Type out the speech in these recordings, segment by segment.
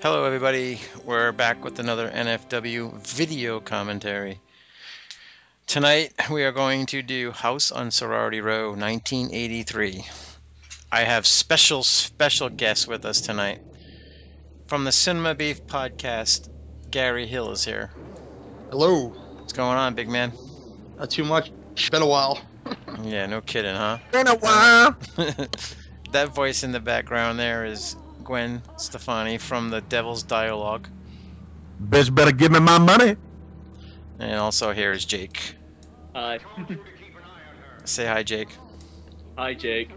Hello, everybody. We're back with another NFW video commentary. Tonight, we are going to do House on Sorority Row 1983. I have special, special guests with us tonight. From the Cinema Beef podcast, Gary Hill is here. Hello. What's going on, big man? Not too much. It's been a while. Yeah, no kidding, huh? Been a while. that voice in the background there is Gwen Stefani from the Devil's Dialogue. Bitch better give me my money. And also, here is Jake. Hi. Say hi, Jake. Hi, Jake.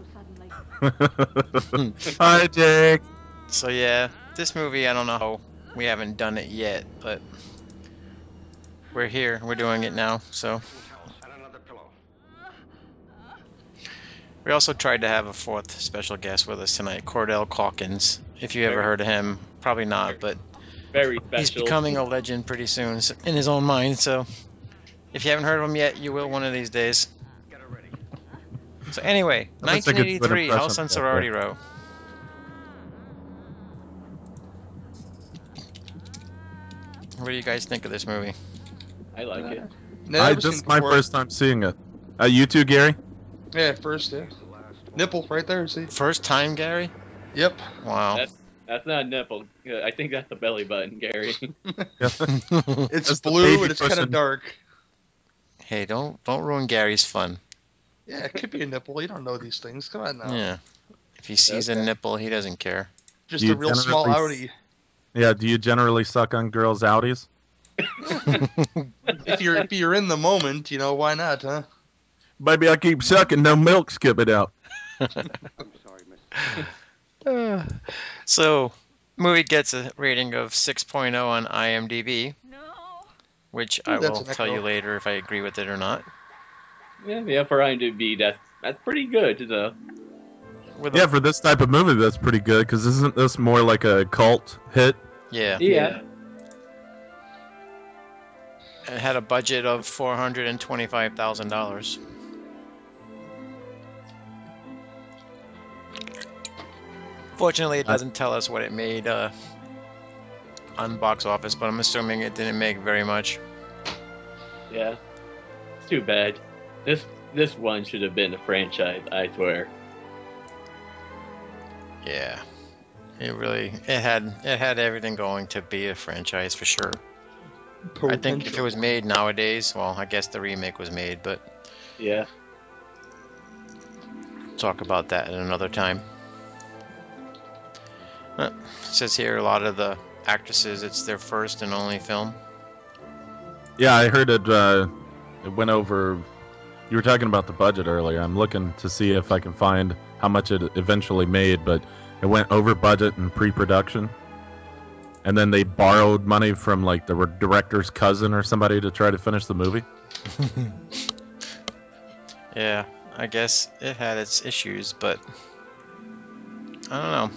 Hi, Jake. So yeah, this movie I don't know how we haven't done it yet, but we're here. We're doing it now. So we also tried to have a fourth special guest with us tonight, Cordell Calkins. If you ever Very- heard of him, probably not, but Very he's special. becoming a legend pretty soon s- in his own mind. So if you haven't heard of him yet, you will one of these days. So anyway, That looks like a good 1983, House impression. on Sorority Row. What do you guys think of this movie? I like it. I just my first time seeing it. Uh, you too, Gary. Yeah, first. Yeah. Nipple right there. See. First time, Gary? Yep. Wow. That's not a nipple. Uh, I think that's a belly button, Gary. It's That's the blue baby and it's kind person. of dark. hey, don't don't ruin Gary's fun. Yeah, it could be a nipple. You don't know these things. Come on now. Yeah. If he sees a Okay. nipple, he doesn't care. Just You a real small generally outie. Yeah. Do you generally suck on girls' outies? if you're if you're in the moment, you know why not, huh? Baby, I keep sucking. No milk skipping out. so, movie gets a rating of 6.0 on IMDb, No. which Ooh, I that's will an tell you echo. later if I agree with it or not. yeah, yeah, for IMDb, that's that's pretty good. Though. With a- Yeah, for this type of movie, that's pretty good. Because isn't this more like a cult hit? yeah. Yeah. It had a budget of four hundred and twenty-five thousand dollars. Fortunately, it doesn't tell us what it made uh, on box office, but I'm assuming it didn't make very much. yeah, It's too bad. This this one should have been a franchise. I swear. Yeah, it really it had it had everything going to be a franchise for sure. I think if it was made nowadays, well, I guess the remake was made, but Yeah. talk about that at another time. Uh, it says here a lot of the actresses, it's their first and only film. Yeah, I heard it. Uh, it went over. You were talking about the budget earlier. I'm looking to see if I can find how much it eventually made, but it went over budget in pre-production. And then they borrowed money from like the re- director's cousin or somebody to try to finish the movie. Yeah, I guess it had its issues, but I don't know.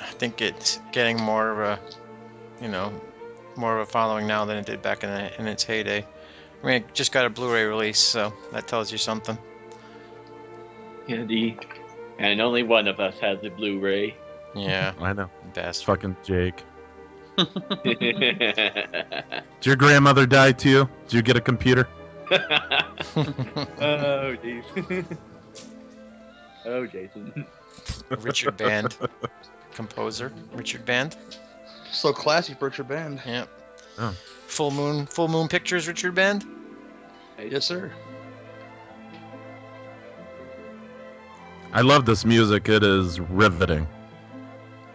I think it's getting more of a, you know, more of a following now than it did back in, the, in its heyday. I mean, it just got a Blu-ray release, so that tells you something. Yeah. The and only one of us has the Blu-ray. Yeah, I know, it's bastard. fucking Jake. oh Did your grandmother die too? Did you get a computer? jeez. oh Jason. Richard Band, composer. Richard Band. so classy for your band. Yep. Oh. Full Moon Full Moon Pictures Richard Band. Yes, sir. I love this music. It is riveting.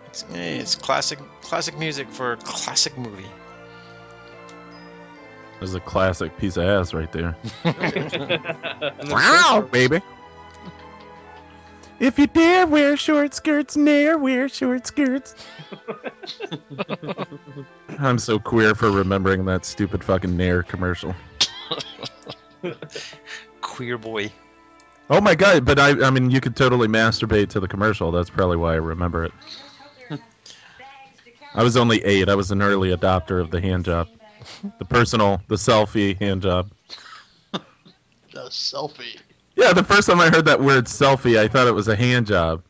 It's, eh, it's classic classic music for a classic movie. There's a classic piece of ass right there. And then Wow, short baby. If you dare wear short skirts, ne'er wear short skirts. I'm so queer for remembering that stupid fucking Nair commercial. Queer boy. Oh my god, but I I mean you could totally masturbate to the commercial. That's probably why I remember it. I was only 8. I was an early adopter of the hand job. The personal, the selfie hand job. short, uh, selfie. Yeah, the first time I heard that word selfie, I thought it was a hand job.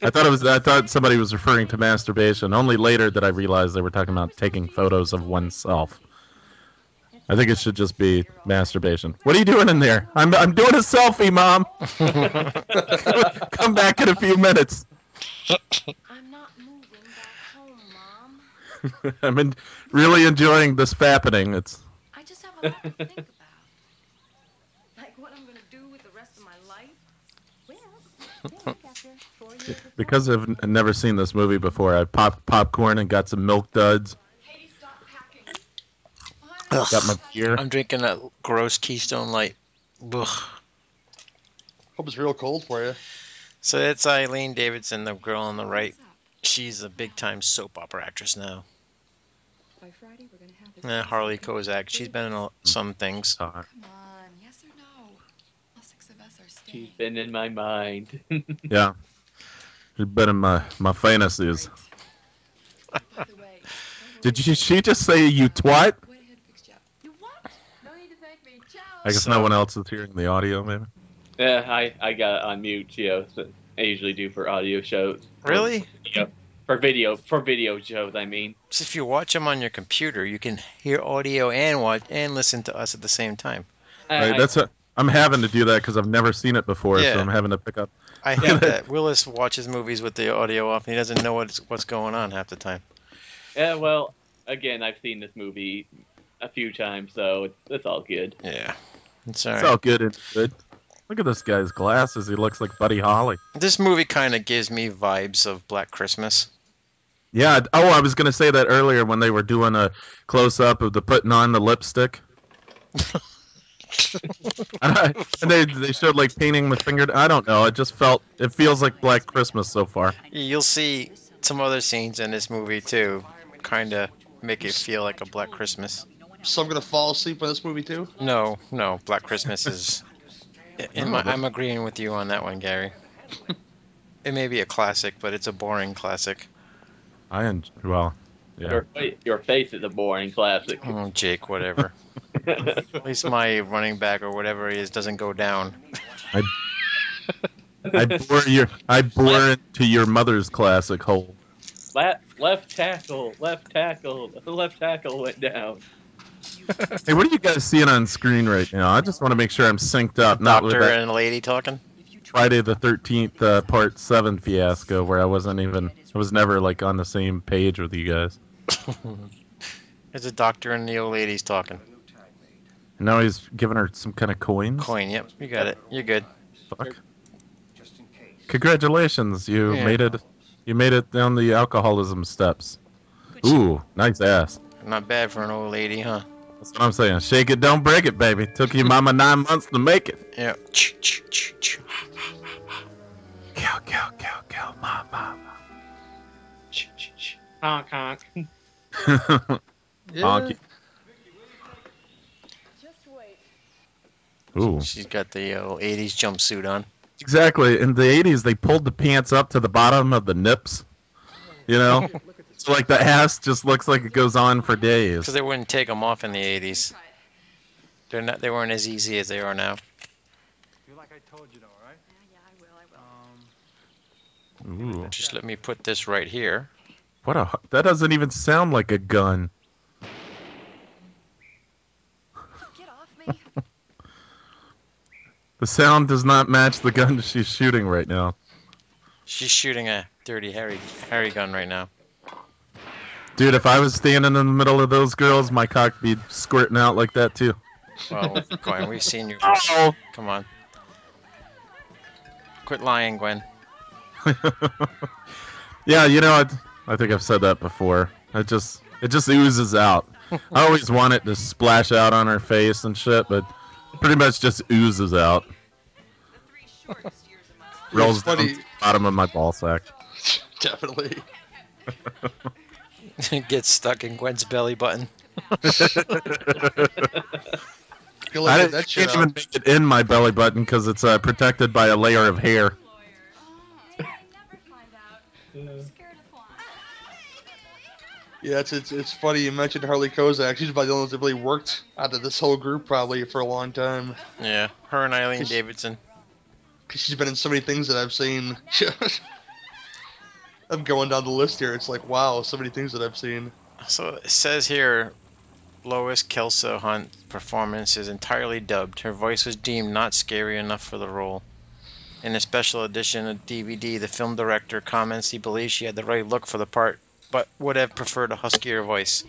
I thought it was. I thought somebody was referring to masturbation. Only later did I realize they were talking about taking photos of oneself. I think it should just be masturbation. What are you doing in there? I'm I'm doing a selfie, mom. Come back in a few minutes. I'm not moving back home, Mom. I'm in, really enjoying this fapping. It's I just have a lot to think about. Like what I'm gonna do with the rest of my life. Well, they look after four years of because I've n- never seen this movie before. I popped popcorn and got some milk duds. Katie, stop packing. Got my beer. I'm drinking that gross Keystone Light. Ugh. Hope it's real cold for you. So that's Eileen Davidson, the girl on the right. She's a big time soap opera actress now. By Friday, we're gonna have this. Eh, Harley Kozak. She's been in a- some things. Uh, Come on, yes or no? All six of us are staying. She's been in my mind. yeah, it's been in my my fantasies. By the way, don't Did worry. she, she just say you twat? Went ahead and fixed you up. You what? No need to thank me. Ciao. I guess no one else is hearing the audio, maybe. yeah, I, I got it on mute, Gio. So I usually do for audio shows. Really? For video, for video shows, I mean. So if you watch them on your computer, you can hear audio and watch and listen to us at the same time. I- Right, that's a, I'm having to do that because I've never seen it before, Yeah. so I'm having to pick up. I hate that Willis watches movies with the audio off, and he doesn't know what's what's going on half the time. I- yeah, well, again, I've seen this movie a few times, so it's, it's all good. Yeah, it's all It's right. all good and good. Look at this guy's glasses. He looks like Buddy Holly. This movie kind of gives me vibes of Black Christmas. Yeah. d- Oh, I was gonna say that earlier when they were doing a close up of the putting on the lipstick. and, I, and they they showed like painting with finger. I don't know. It just felt it feels like Black Christmas so far. You'll see some other scenes in this movie too, kind of make it feel like a Black Christmas. So I'm gonna fall asleep on this movie too. No, no, Black Christmas is. In my, I'm agreeing with you on that one, Gary. It may be a classic, but it's a boring classic. I en- well, yeah. Your, your face is a boring classic. Oh, Jake, whatever. At least my running back or whatever he is doesn't go down. I bore your I bore into your mother's classic hole. left, left tackle, left tackle, the left tackle went down. Hey, what are you guys seeing on screen right now? I just want to make sure I'm synced up, not with Doctor that and lady talking. Friday the Thirteenth uh, Part Seven fiasco where I wasn't even, I was never like on the same page with you guys. There's a doctor and the old lady's talking. And now he's giving her some kind of coins. Coin, yep, you got it. You're good. Fuck. Congratulations, you Yeah. made it. You made it down the alcoholism steps. Ooh, nice ass. Not bad for an old lady, huh? That's what I'm saying. Shake it, don't break it, baby. Took your mama nine months to make it. Yeah. Ch- ch- ch- ch. Kill, kill, kill, kill, mama. Ch- ch- ch. Honk, honk. Yeah. Just wait. Ooh. She's got the uh, old 80s jumpsuit on. Exactly. In the 80s, they pulled the pants up to the bottom of the nips. You know? so, like, the ass just looks like it goes on for days. Because they wouldn't take them off in the 80s. They're not. They weren't as easy as they are now. Do like I told you though, all right? Uh, Yeah, yeah, I will, I will. Um, Ooh. Just let me put this right here. What a. That doesn't even sound like a gun. Get off me. The sound does not match the gun she's shooting right now. She's shooting a dirty Harry Harry gun right now. Dude, if I was standing in the middle of those girls, my cock'd be squirting out like that, too. Well, Gwen, we've seen you. Oh! Come on. Quit lying, Gwen. Yeah, you know, I, I think I've said that before. It just it just oozes out. I always want it to splash out on her face and shit, but pretty much just oozes out. The three shortest years of my life. Rolls down funny. to the bottom of my ball sack. Definitely. Gets stuck in Gwen's belly button. Good I luck with didn't, that can't shit. even Even... make it in my belly button because it's uh, protected by a layer of hair. Oh. They might never find out. I'm scared of flying. Yeah, it's, it's it's funny you mentioned Harley Kozak. She's about the only one that really worked out of this whole group probably for a long time. Yeah, her and Eileen Davidson. Cause she's been in so many things that I've seen. I'm going down the list here. It's like, wow, so many things that I've seen. So it says here Lois Kelso Hunt's performance is entirely dubbed. Her voice was deemed not scary enough for the role. In a special edition of DVD, the film director comments he believes she had the right look for the part, but would have preferred a huskier voice.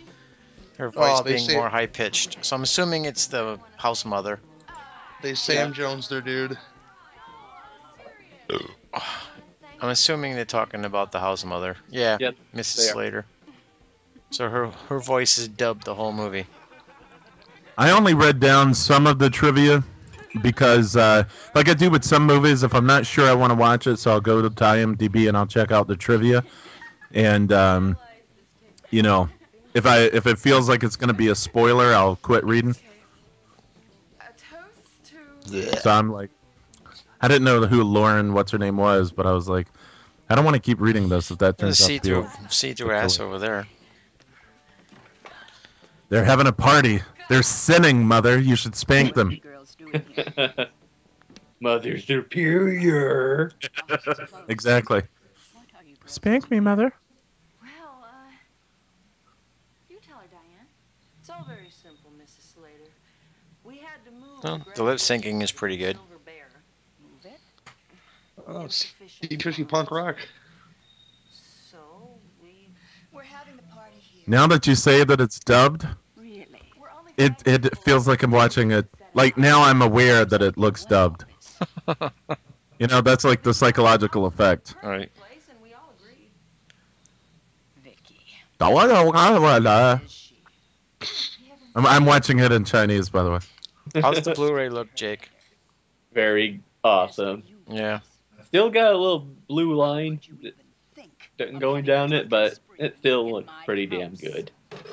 Her voice Oh, they being say- more high pitched. So I'm assuming it's the house mother. They Sam Jones, their dude. I'm assuming they're talking about the house mother. Yeah, Yep, Mrs. they are. Slater. So her her voice is dubbed the whole movie. I only read down some of the trivia because, uh, like I do with some movies, if I'm not sure I want to watch it, so I'll go to IMDb and I'll check out the trivia. And um, you know, if I if it feels like it's going to be a spoiler, I'll quit reading. A toast to. So I'm like, I didn't know who Lauren, what's her name was, but I was like, I don't want to keep reading this if that The turns out see to be. through a- see through ass over there. They're having a party. They're sinning, mother. You should spank them. Mother Superior. Exactly. Spank me, mother. Well, uh, you tell her, Diane. It's all very simple, Mrs. Slater. We had to move. Well, the lip syncing is pretty good. Silver Bear. Move it. Oh, it's Insufficient Tushy funds. punk rock. So we We're having the party here. Now that you say that it's dubbed, really. We're only it five it people. feels like I'm watching it. Like now I'm aware that it looks dubbed. You know, that's like the psychological effect. All right. Place and we all agree. Vicky. I'm, Is she? I'm watching it in Chinese, by the way. How's the Blu-ray look, Jake? Very awesome. You Yeah. Still got a little blue line you that- even think. that going down it, but it still looks pretty damn good.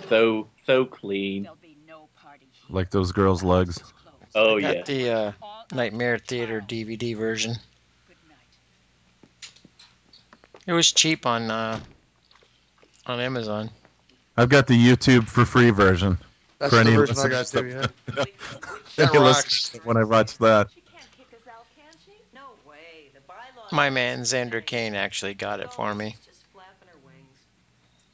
So so clean. There'll be no party here. Like those girls' legs. It's closed. Oh I got yeah. the uh, All Nightmare Theater DVD version. Good night. It was cheap on uh, on Amazon. I've got the YouTube for free version. That's For the any version I got listeners too. Yeah. rocks. Any listeners When I watch that, She can't kick us out, can she? No way. The bylaws. My man Xander Kane actually got it for me. She's just flapping her wings.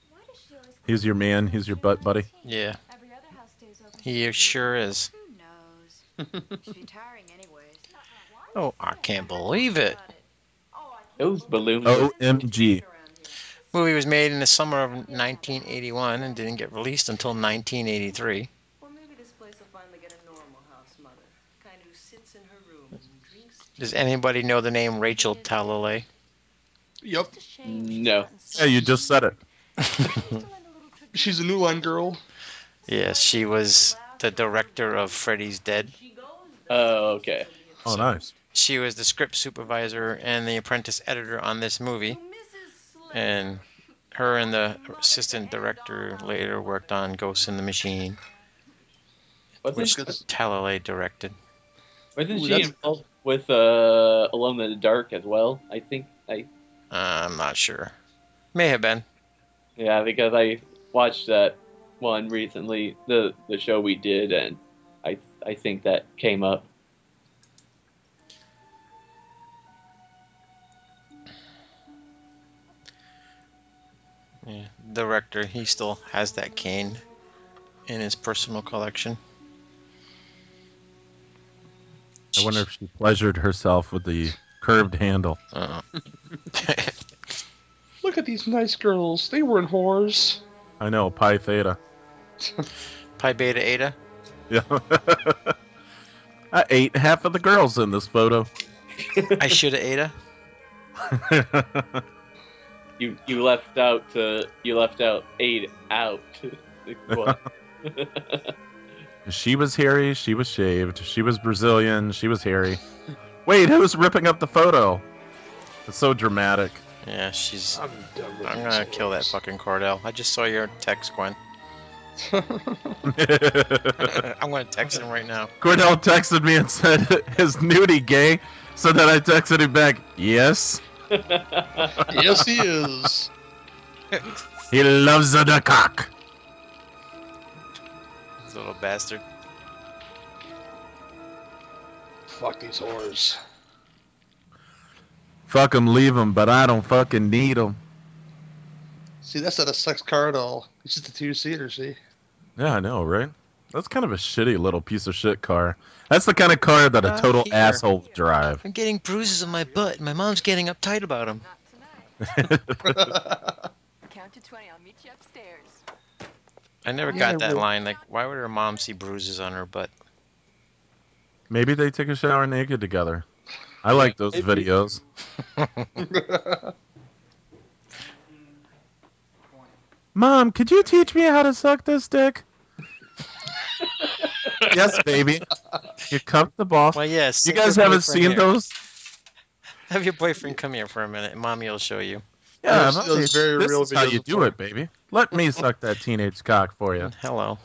Why does she always he's your man. He's your butt buddy. Yeah, Every other house stays open. he sure is. Who knows? She's retiring anyways. Oh, I can't believe it. Those balloons Oh. OMG. Movie was made in the summer of 1981 and didn't get released until 1983. Or maybe this place will finally get a normal house mother. Kind who sits in her room and drinks Does anybody know the name Rachel Talalay? Yep. No. Yeah, you just said it. She's a new line girl. Yes, she was the director of Freddy's Dead. She goes Oh, okay. Oh, nice. She was the script supervisor and the apprentice editor on this movie. Mrs. Slater. and her and the assistant director later worked on Ghost in the Machine, Wasn't, which Talalay directed. wasn't Ooh, she that's- involved with uh Alone in the Dark as well? I think I Uh, I'm not sure. May have been. yeah, because I watched that one recently, the the show we did and I I think that came up. Yeah. Director, he still has that cane in his personal collection. I wonder if she pleasured herself with the curved handle. Uh-uh. Look at these nice girls. They weren't whores. I know, Pi Theta. Pi Beta Eta. Yeah. I ate half of the girls in this photo. I should have Eta. You you left out uh, you left out eight out. What? she was hairy, she was shaved, she was Brazilian, she was hairy. Wait, who's ripping up the photo? It's so dramatic. Yeah, she's. I'm done with I'm gonna kill that fucking Cordell. I just saw your text, Gwen. I'm gonna text him right now. Cordell texted me and said, Is nudie gay? So then I texted him back, Yes. yes, he is. He loves the cock. This little bastard. Fuck these whores. Fuck him, leave him, but I don't fucking need him. See, that's not a sex car at all. It's just a two seater. See, Yeah, I know, right? That's kind of a shitty little piece of shit car. That's the kind of car that a Uh, total here. asshole would drive. I'm getting bruises on my butt, and my mom's getting uptight about them. Not tonight. Count to 20. I'll meet you upstairs. I never Yeah, got that well- line. Like, why would her mom see bruises on her butt? Maybe they took a shower naked together. I like those Maybe. videos. Mom, could you teach me how to suck this dick? yes, baby. You cuffed the boss. Well, yes. you guys haven't seen those? Have your boyfriend come here for a minute. Mommy will show you. Yeah, Those- I've those always- very this real is how videos you do before. it, baby. Let me suck that teenage cock for you. Hello.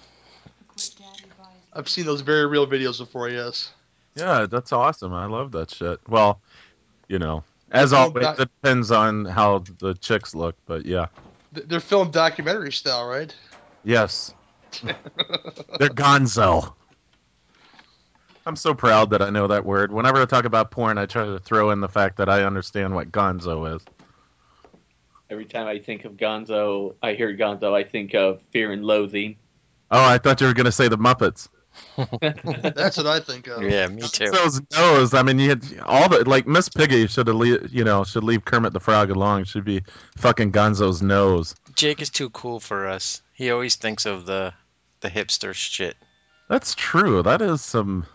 I've seen those very real videos before. Yes. Yeah, that's awesome. I love that shit. Well, you know, as Well, always, that- it depends on how the chicks look, but yeah. Th- They're filmed documentary style, right? Yes. They're gonzo. I'm so proud that I know that word. Whenever I talk about porn, I try to throw in the fact that I understand what gonzo is. Every time I think of Gonzo, I hear Gonzo, I think of Fear and Loathing. Oh, I thought you were going to say the Muppets. Oh, That's what I think of. Yeah, me too. Gonzo's nose. I mean, you had all the like Miss Piggy should have, le- you know, should leave Kermit the Frog alone. Should be fucking Gonzo's nose. Jake is too cool for us. He always thinks of the the hipster shit. That's true. That is some.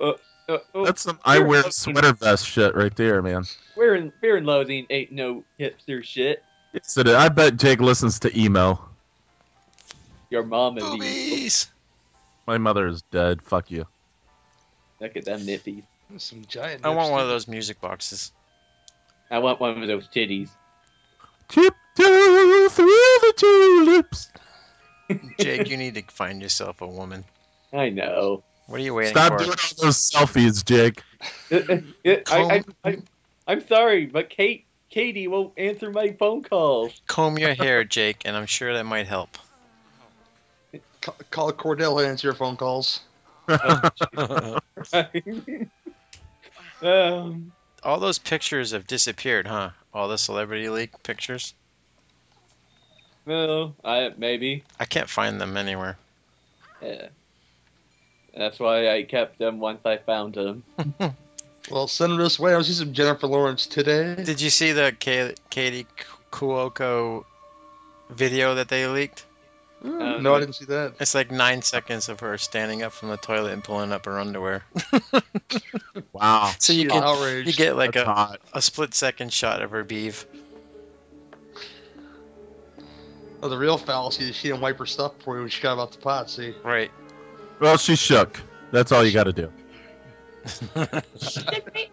Uh, oh, That's some. I Fear and wear Loathing- sweater vest shit right there, man. Fear and, Fear and Loathing ain't no hipster shit. Yes, it is. I bet Jake listens to emo. Your mom and me. Boobies. My mother is dead. Fuck you. Look at them nippies. Some giant. I want nips. one of those music boxes. I want one of those titties. Tiptoe through the tulips. Jake, you need to find yourself a woman. I know. What are you waiting Stop for? doing all those selfies, Jake. I, I, I, I'm sorry, but Kate, Katie won't answer my phone calls. Comb your hair, Jake, and I'm sure that might help. C- Call Cordell and answer your phone calls. um, all those pictures have disappeared, huh? All the celebrity leak pictures. no, I maybe. I can't find them anywhere. Yeah. That's why I kept them once I found them. Well, send them this way. I was using Jennifer Lawrence today. Did you see the Ka- Katie Kuoko video that they leaked? Uh, Mm, no, I didn't see that. It's like nine seconds of her standing up from the toilet and pulling up her underwear. Wow. So you She's can outraged. you get like That's a, hot. a split second shot of her beef. Oh, the real fallacy is she didn't wipe her stuff before when she got about the pot. See, Right. Well, she shook. That's all you got to do. She-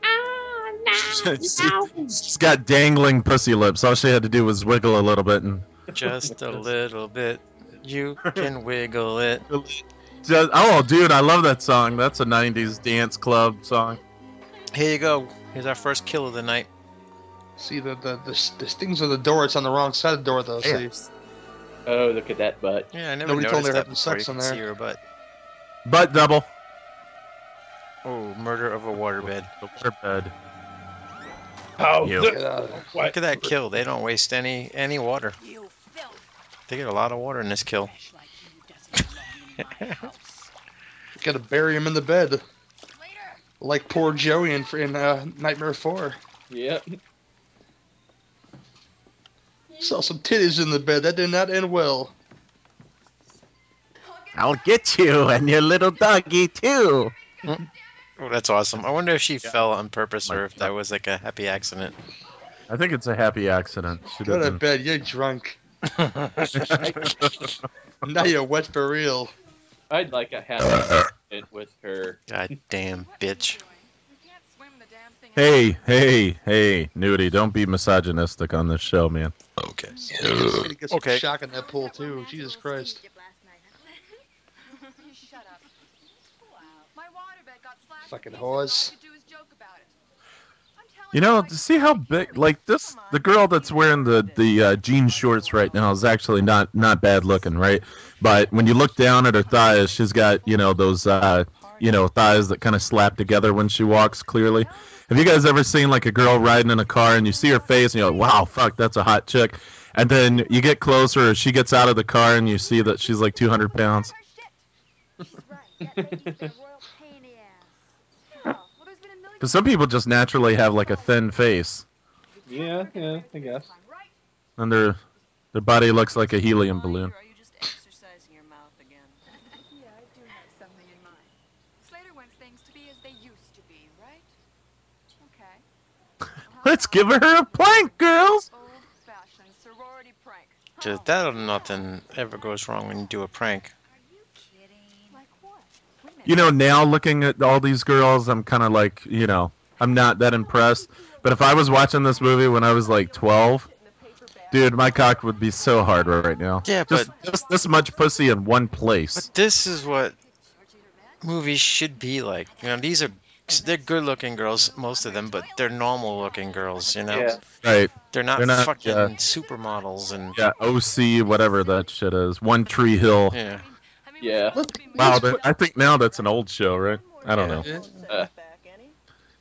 She's got dangling pussy lips. All she had to do was wiggle a little bit, and Just a little bit. You can wiggle it. just, oh, dude, I love that song. That's a '90s dance club song. Here you go. Here's our first kill of the night. see the the, the, the stings on the door. It's on the wrong side of the door though. See, Oh, look at that butt. Yeah, I never Nobody noticed told me they're that having before. sex You in can see there. her butt. Butt double. Oh, murder of a waterbed. The waterbed. Oh, You. Get out of there. Look at that kill. They don't waste any any water. You filth They get a lot of water in this kill. bitch like you doesn't belong in my house. gotta bury him in the bed, Later. like poor Joey in in uh, Nightmare Four. Yep. Saw some titties in the bed. That did not end well. I'll get you and your little doggy too. Oh, that's awesome. I wonder if she fell on purpose My or if that was like a happy accident. I think it's a happy accident. She Go to didn't- bed. You're drunk. now you're wet for real. I'd like a happy accident with her. God damn bitch. Hey, hey, hey, Nudie, don't be misogynistic on this show, man. Okay. Somebody Get some Okay. shock in that pool too. Jesus Christ. You shut up. My waterbed got slashed. Fucking to pieces, and all I whores. could do is joke about it. I'm telling You know, I- to see how big, like this, the girl that's wearing the the uh, jean shorts right now is actually not not bad looking, right? But when you look down at her thighs, she's got you know those uh, you know thighs that kind of slap together when she walks. Clearly, have you guys ever seen like a girl riding in a car and you see her face and you're like, wow, fuck, that's a hot chick, And then you get closer, she gets out of the car, and you see that she's like 200 pounds. She's right. That lady's been a royal pain in the ass. Hell, well, there's been a million Because some people just naturally have like a thin face, Yeah, yeah, I guess. Right? and their their body looks like a helium balloon. Or are you just exercising your mouth again? Yeah, I do have something in mind. Slater wants things to be as they used to be, right? Okay. Uh-huh. Let's give her a plank, girls. Old-fashioned sorority prank. Just that or nothing ever goes wrong when you do a prank. Are you kidding? Like what? Women. You know, now looking at all these girls, I'm kind of like, you know, I'm not that impressed. But if I was watching this movie when I was like 12, dude, my cock would be so hard right now. Yeah, Just, just this much pussy in one place. But this is what movies should be like. You know, these are they're good-looking girls, most of them, but they're normal-looking girls. You know, Yeah. Right. they're not They're not, uh, fucking yeah. supermodels and Yeah, OC, whatever that shit is. One Tree Hill. yeah. I mean, Yeah. Wow, that, I think now that's an old show, right? I don't know. Yeah. Uh.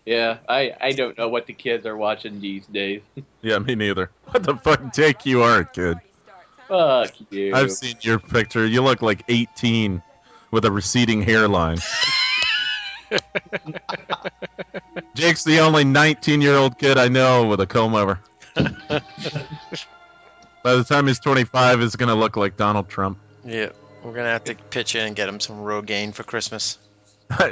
Yeah, I, I don't know what the kids are watching these days. Yeah, me neither. What the fuck dick you are, kid. Fuck you. I've seen your picture. You look like 18 with a receding hairline. Jake's the only 19 year old kid I know with a comb over. By the time he's 25, he's going to look like Donald Trump. Yeah, we're gonna have to pitch in and get him some Rogaine for Christmas.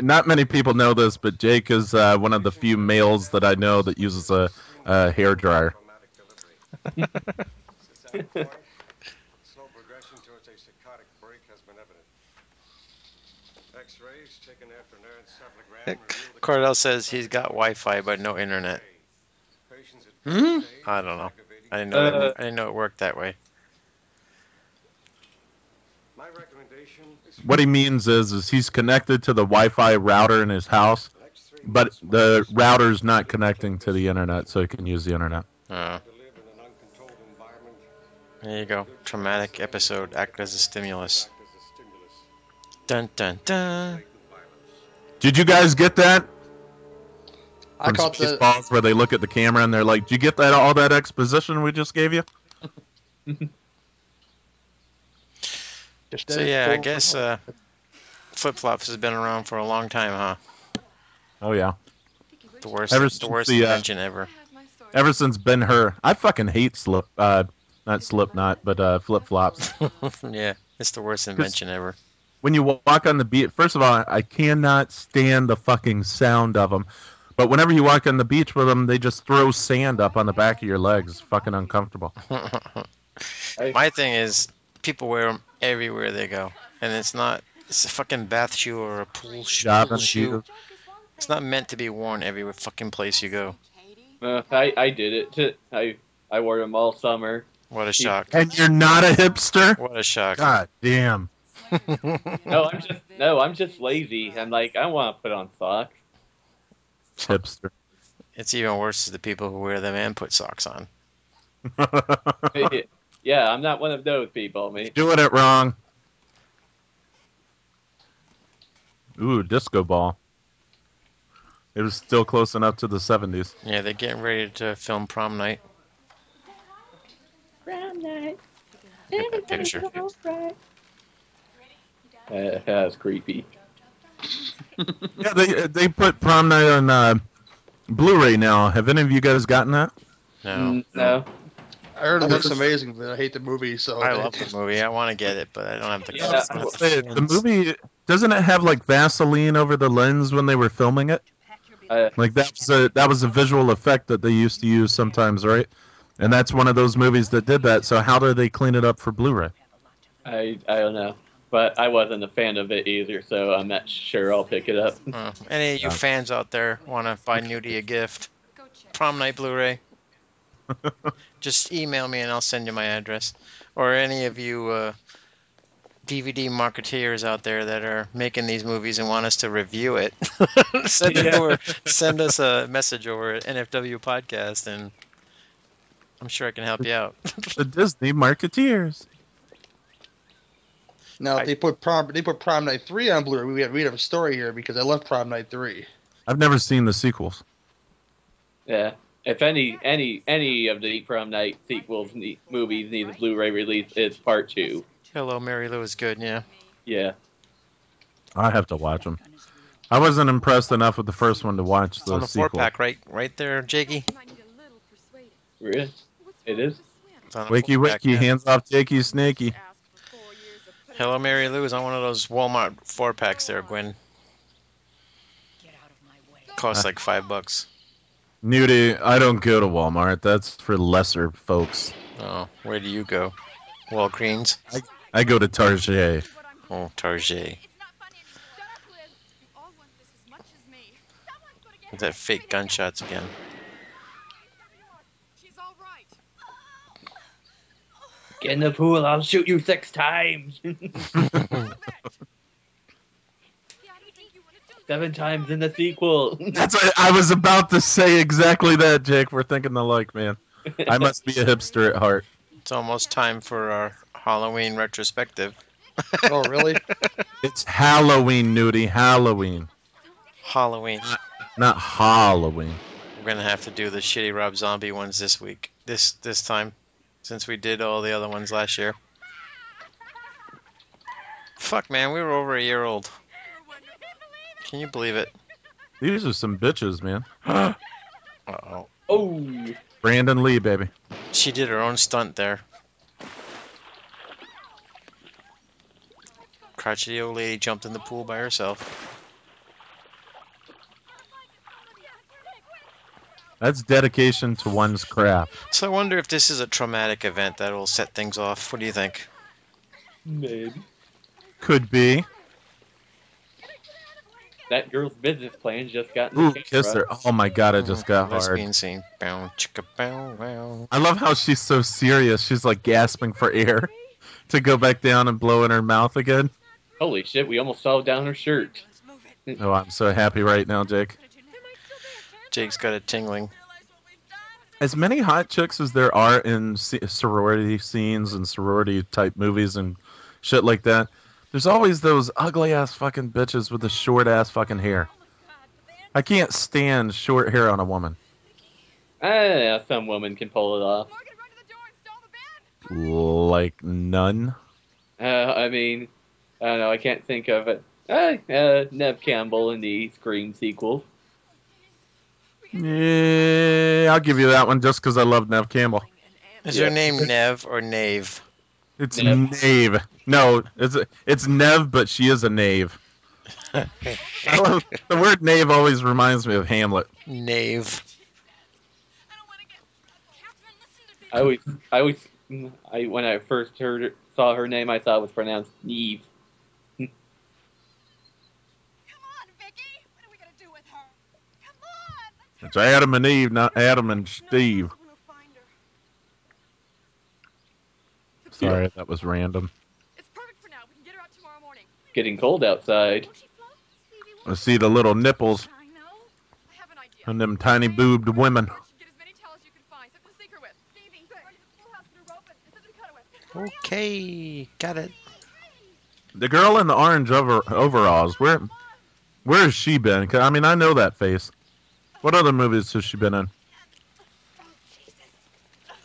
Not many people know this, but Jake is uh, one of the few males that I know that uses a, a hair dryer. Slow progression towards a psychotic break has been evident. X-rays taken after an encephalogram reveal the Cordell says he's got Wi-Fi but no internet. patients at Hmm? first stage I don't know. aggravating- I didn't know. Uh, it, I didn't know it worked that way. My recommendation is What he means is, is he's connected to the Wi-Fi router in his house, for the next three but months, the router's not connecting to the internet, so he can use the internet. Uh, to live in an uncontrolled environment there you go. Traumatic episode act as a stimulus. act as a stimulus. Dun dun dun. latent violence. Did you guys get that? I From caught Space that. Balls, where they look at the camera and they're like, "Do you get that? All that exposition we just gave you?" just So that yeah, I cool. guess uh, flip flops has been around for a long time, huh? Oh yeah. The worst, Ever the since worst the, uh, invention ever. Ever since Ben Hur, I fucking hate slip, uh, not Slipknot, but uh, flip flops. yeah, it's the worst invention ever. when you walk on the beach, first of all, I cannot stand the fucking sound of them. But whenever you walk on the beach with them, they just throw sand up on the back of your legs. Fucking uncomfortable. My thing is, people wear them everywhere they go, and it's not it's a fucking bath shoe or a pool shoe. Job pool and shoe. shoe. It's not meant to be worn every fucking place you go. Uh, I, I did it. I I wore them all summer. What a shock! And you're not a hipster? What a shock! God damn. No, I'm just no, I'm just lazy. I'm like I want to put on socks. Hipster. It's even worse to the people who wear them and put socks on. yeah, I'm not one of those people. Man. Doing it wrong. Ooh, disco ball. It was still close enough to the 70s. Yeah, they're getting ready to film prom night. Prom night. Picture. Uh, that's creepy. Yeah, they they put prom night on uh, Blu-ray now. Have any of you guys gotten that? No, Mm, no. I heard it looks amazing, but I hate the movie, so I love the movie. I want to get it, but I don't have the. Yeah, cost. I will Hey, the movie doesn't it have like Vaseline over the lens when they were filming it? Uh, Like that was a that was a visual effect that they used to use sometimes, right? And that's one of those movies that did that. So how do they clean it up for Blu-ray? I I don't know, but I wasn't a fan of it either, so I'm not sure I'll pick it up. Uh, any of you Yeah. fans out there want to buy Nudie a gift? Prom night Blu-ray. Just email me and I'll send you my address. Or any of you uh, DVD marketeers out there that are making these movies and want us to review it, send it Yeah. over. Send us a message over at NFW Podcast, and I'm sure I can help you out. The Disney marketeers. Now I- if they put prom they put prom night three on Blu-ray. We have we have a story here because I love prom night three. I've never seen the sequels. Yeah, if any any any of the prom night sequels need, movies need a Blu-ray release, it's part two. Hello, Mary Lou is good. Yeah. Yeah, I have to watch them. I wasn't impressed enough with the first one to watch It's on the the four sequel. pack, right, right there, Jakey. really? It is? It's on the Wakey four-pack, wakey, yeah. hands off Jakey Snakey. Hello, Mary Lou is on one of those Walmart four packs there, Gwen. Get out of my way. Uh. Costs like five bucks. Nudie, I don't go to Walmart. That's for lesser folks. Oh, where do you go? Walgreens? I go to Target. Oh, Target. That fake gunshots again. She's all right. Oh! Get in the pool. I'll shoot you six times, seven times in the sequel. That's what I was about to say exactly that, Jake. We're thinking alike, man. I must be a hipster at heart. It's almost time for our Halloween retrospective. Oh, really? It's Halloween, Nudie. Halloween, Halloween. not Halloween. We're gonna have to do the shitty Rob Zombie ones this week. This this time, since we did all the other ones last year. Fuck, man, we were over a year old. Can you believe it? These are some bitches, man. Uh oh. oh, Brandon Lee, baby. She did her own stunt there. Crotchety old lady jumped in the pool by herself. That's dedication to one's craft. So I wonder if this is a traumatic event that'll set things off. What do you think? maybe Could be. that girl's business plan just got in Ooh, the camera. kiss her. Oh my god, I just got hard. Lesbian scene. Bow, chicka, bow, wow. I love how she's so serious. She's like gasping for air to go back down and blow in her mouth again. Holy shit! We almost fell down her shirt. Let's move it. Oh, I'm so happy right now, Jake. Jake's got a tingling. As many hot chicks as there are in se- sorority scenes and sorority type movies and shit like that, there's always those ugly ass fucking bitches with the short ass fucking hair. I can't stand short hair on a woman. I don't know, Ah, some woman can pull it off. Like none. Uh, I mean, I don't know. I can't think of it. Uh, uh, Nev Campbell in the Scream sequel. Yeah, I'll give you that one just because I love Nev Campbell. Is Yeah. her name Nev or Nave? It's Nev. Nave. No, it's it's Nev, but she is a knave. I love- the word knave always reminds me of Hamlet. Nave. I always, I always, I when I first heard saw her name, I thought it was pronounced Neve. It's Adam and Eve, not Adam and Steve. Sorry, that was random. It's perfect for now. We can get her out tomorrow morning. Getting cold outside. Won't she float? I see the little nipples I know. I have an idea. and them tiny boobed women. Get as many towels you can find. Something to sink her with. Davy, run to the poolhouse, get her rope and something to cut her with. Okay, got it. The girl in the orange over- overalls. Where, where has she been? 'Cause, I mean, I know that face. What other movies has she been in?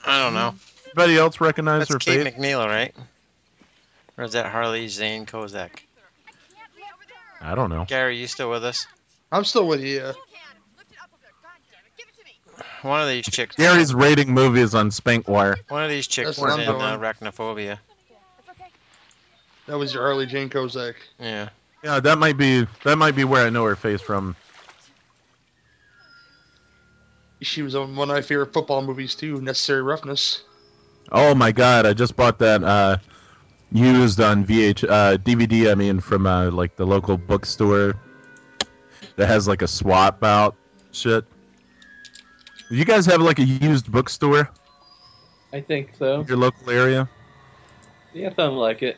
I don't know. Anybody else recognize That's her Kate face? McNeil, right? Or is that Harley Zane Kozak? I don't know. Gary, you still with us? I'm still with you. One of these chicks. Gary's rating movies on Spankwire. One of these chicks That's were what in I'm uh, arachnophobia. That was your early Jane Kozak. Yeah. Yeah, that might be that might be where I know her face from. She was on one of my favorite football movies too, Necessary Roughness. Oh my god, I just bought that uh, used on VH uh, DVD. I mean, from uh, like the local bookstore that has like a swap out shit. You guys have like a used bookstore I think so. in your local area? Yeah, something like it.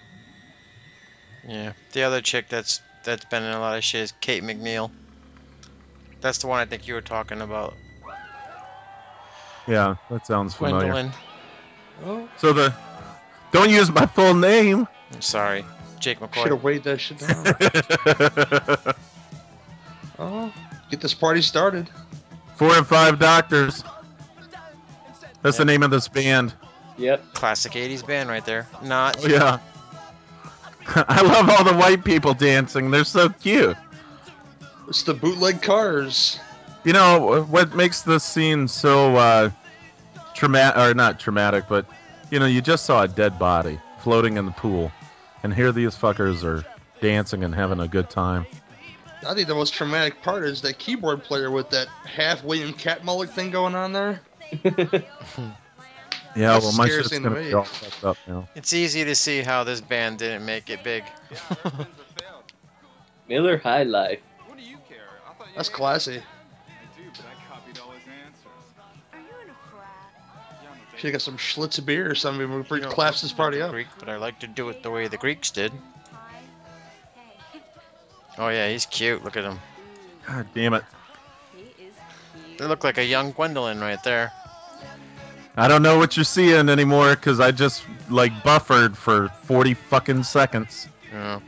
Yeah. The other chick that's that's been in a lot of shit is Kate McNeil. That's the one I think you were talking about, Yeah, that sounds familiar. Gwendolyn. Oh. So the don't use my full name. I'm sorry, Jake Should McCoy. have weighed that shit down. oh, get this party started. Four and five doctors. That's the name of this band. Yep. Classic 80s band right there. Not Oh, yeah. I love all the white people dancing. They're so cute. It's the bootleg cars. You know what makes this scene so uh, traumatic, or not traumatic, but you know, you just saw a dead body floating in the pool, and here these fuckers are dancing and having a good time. I think the most traumatic part is that keyboard player with that half William Catmull thing going on there. Yeah, That's well, my scariest shit's thing to gonna me. be all fucked up now. It's easy to see how this band didn't make it big. Yeah, their friends have failed. Miller High Life. What do you care? I thought you That's hated- classy. I do, but I copied all his answers. Are you in a frat? Yeah, I'm a Should have got some Schlitz beer or something. We You know, would collapse this party up. Greek, but I like to do it the way the Greeks did. Hi. Hey. Oh yeah, he's cute. Look at him. God damn it! He is They cute. look like a young Gwendolyn right there. I don't know what you're seeing anymore because I just like buffered for 40 fucking seconds. Yeah,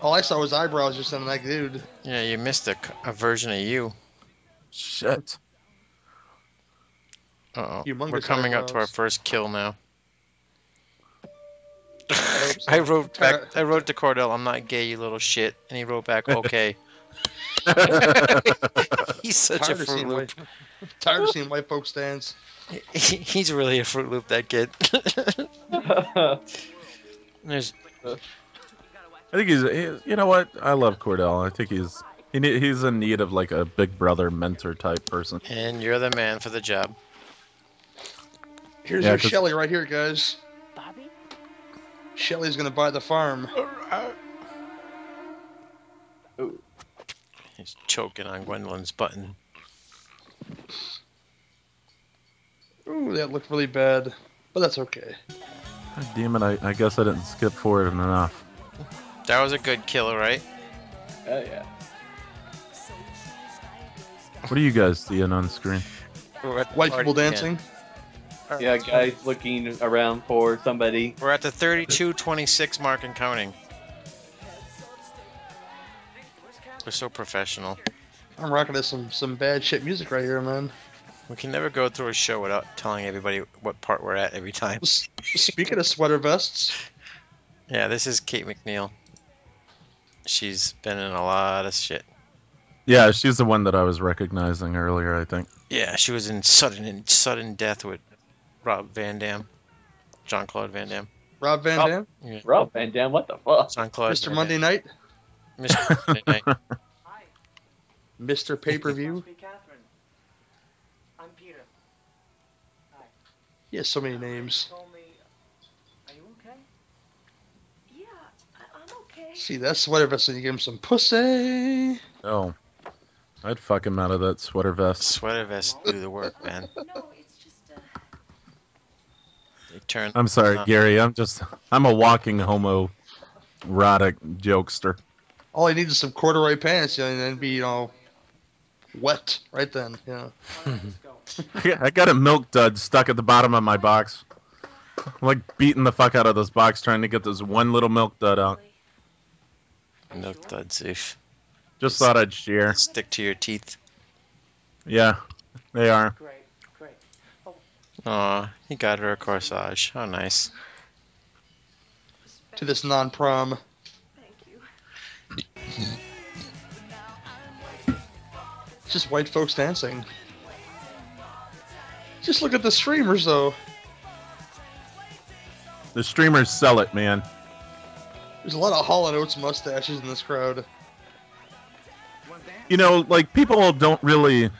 All I saw was eyebrows just on that dude. yeah you missed a, c- a version of you. Shit. Uh oh. Humongous We're coming up to our eyebrows. first kill now. hope so. I wrote back. I wrote to Cordell, "I'm not gay, you little shit," and he wrote back, "Okay." he's such a Tired of Fruit seeing Loop. white. Tired of seeing white folks dance. He- he's really a Fruit Loop. That kid. Oh, There's I think he's, he- you know what? I love Cordell. I think he's he ne- he's in need of like a big brother mentor type person. and you're the man for the job. Here's Yeah, your 'cause- Shelly right here, guys. Bobby? Shelly's gonna buy the farm. He's choking on Gwendolyn's button. Ooh, that looked really bad, but that's okay. God damn it! I, I guess I didn't skip forward enough. That was a good kill, right? Oh yeah. What are you guys seeing on screen? We're at the White party people again. dancing. Yeah, guys looking around for somebody. We're at the 32-26 mark and counting. We're so professional. I'm rocking to some some bad shit music right here, man. We can never go through a show without telling everybody what part we're at every time. S- Speaking of sweater vests, Yeah, this is Kate McNeil. She's been in a lot of shit. Yeah, she's the one that I was recognizing earlier. I think. Yeah, she was in sudden in sudden death with Rob Van Dam, John Claude Van Dam, Rob Van Oh. Dam, yeah. Rob Van Dam, what the fuck? John Claude, Mr. Monday Night, Mr. Monday Night. Hi, this Mr. Pay Per View. must be Catherine. I'm Peter. He has so many names. Told me, are you okay? Yeah, I- I'm okay. See that sweater vest, and you give him some pussy. Oh, I'd fuck him out of that sweater vest. Sweater vests do the work, man. No, it's just uh, They turn. I'm sorry, Uh, Gary. I'm just I'm a walking homo erotic jokester. All he needs is some corduroy pants, you know, and then be you know, wet right then. You know, All right, let's go. I got a milk dud stuck at the bottom of my box. I'm like beating the fuck out of this box trying to get this one little milk dud out. No thuds if Just thought I'd share. stick to your teeth. Yeah, they are. Great, great. Aw, he got her a corsage. How nice. to this non-prom. thank you. It's just white folks dancing. Just look at the streamers, though. The streamers sell it, man. There's a lot of Hall and Oates mustaches in this crowd. You wanna dance? You know, like people don't really.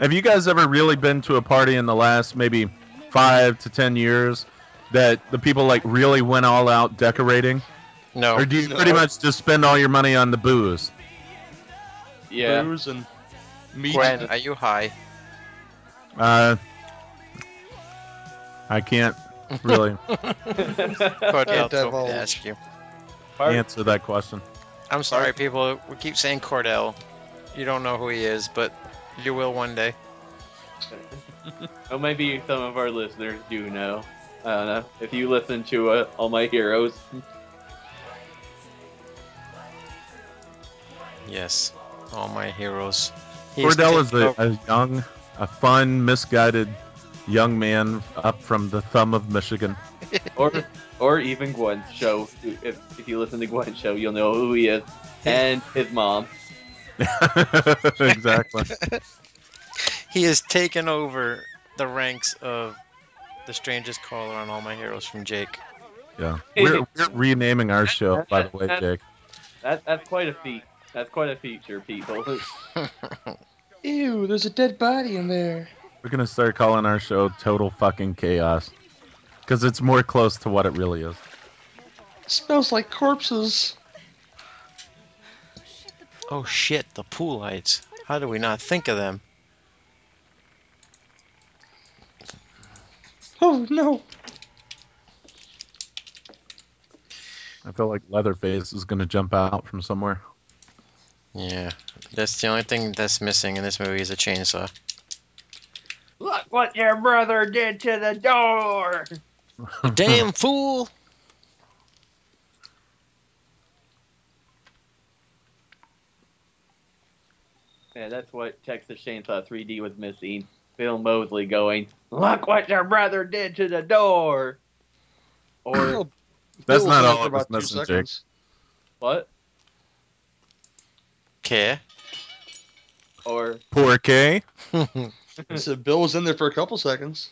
Have you guys ever really been to a party in the last maybe five to ten years that the people like really went all out decorating, No, or do you pretty much just spend all your money on the booze? Yeah. Booze and meat. Gwen, are you high? Uh, I can't really Cordell Can't told me divulge. to ask you. answer that question. I'm sorry, people. We keep saying Cordell. You don't know who he is, but you will one day. Oh, maybe some of our listeners do know. I don't know. If you listen to uh, All My Heroes, Yes, all my heroes. He's Cordell is taking a, over- a young, a fun, misguided young man up from the thumb of Michigan. or or even Gwen's show. If, if you listen to Gwen's show, you'll know who he is and his mom. exactly. He has taken over the ranks of the strangest caller on All My Heroes from Jake. Yeah. We're, we're renaming our show, by the way, Jake. That that's quite a feat. That's quite a feature, people. Ew, there's a dead body in there. We're going to start calling our show Total Fucking Chaos. Because it's more close to what it really is. smells like corpses. Oh shit, the pool lights. How do we not think of them? Oh no. I feel like Leatherface is going to jump out from somewhere. Yeah. That's the only thing that's missing in this movie is a chainsaw. Look what your brother did to the door. You damn fool! Yeah, that's what Texas Chainsaw 3D was missing. Bill Mosley going, "Look what your brother did to the door." Or Bill- That's Bill not was all there it for about was two missing, Jake. seconds. what? Care? Or Poor K. I said Bill was in there for a couple seconds.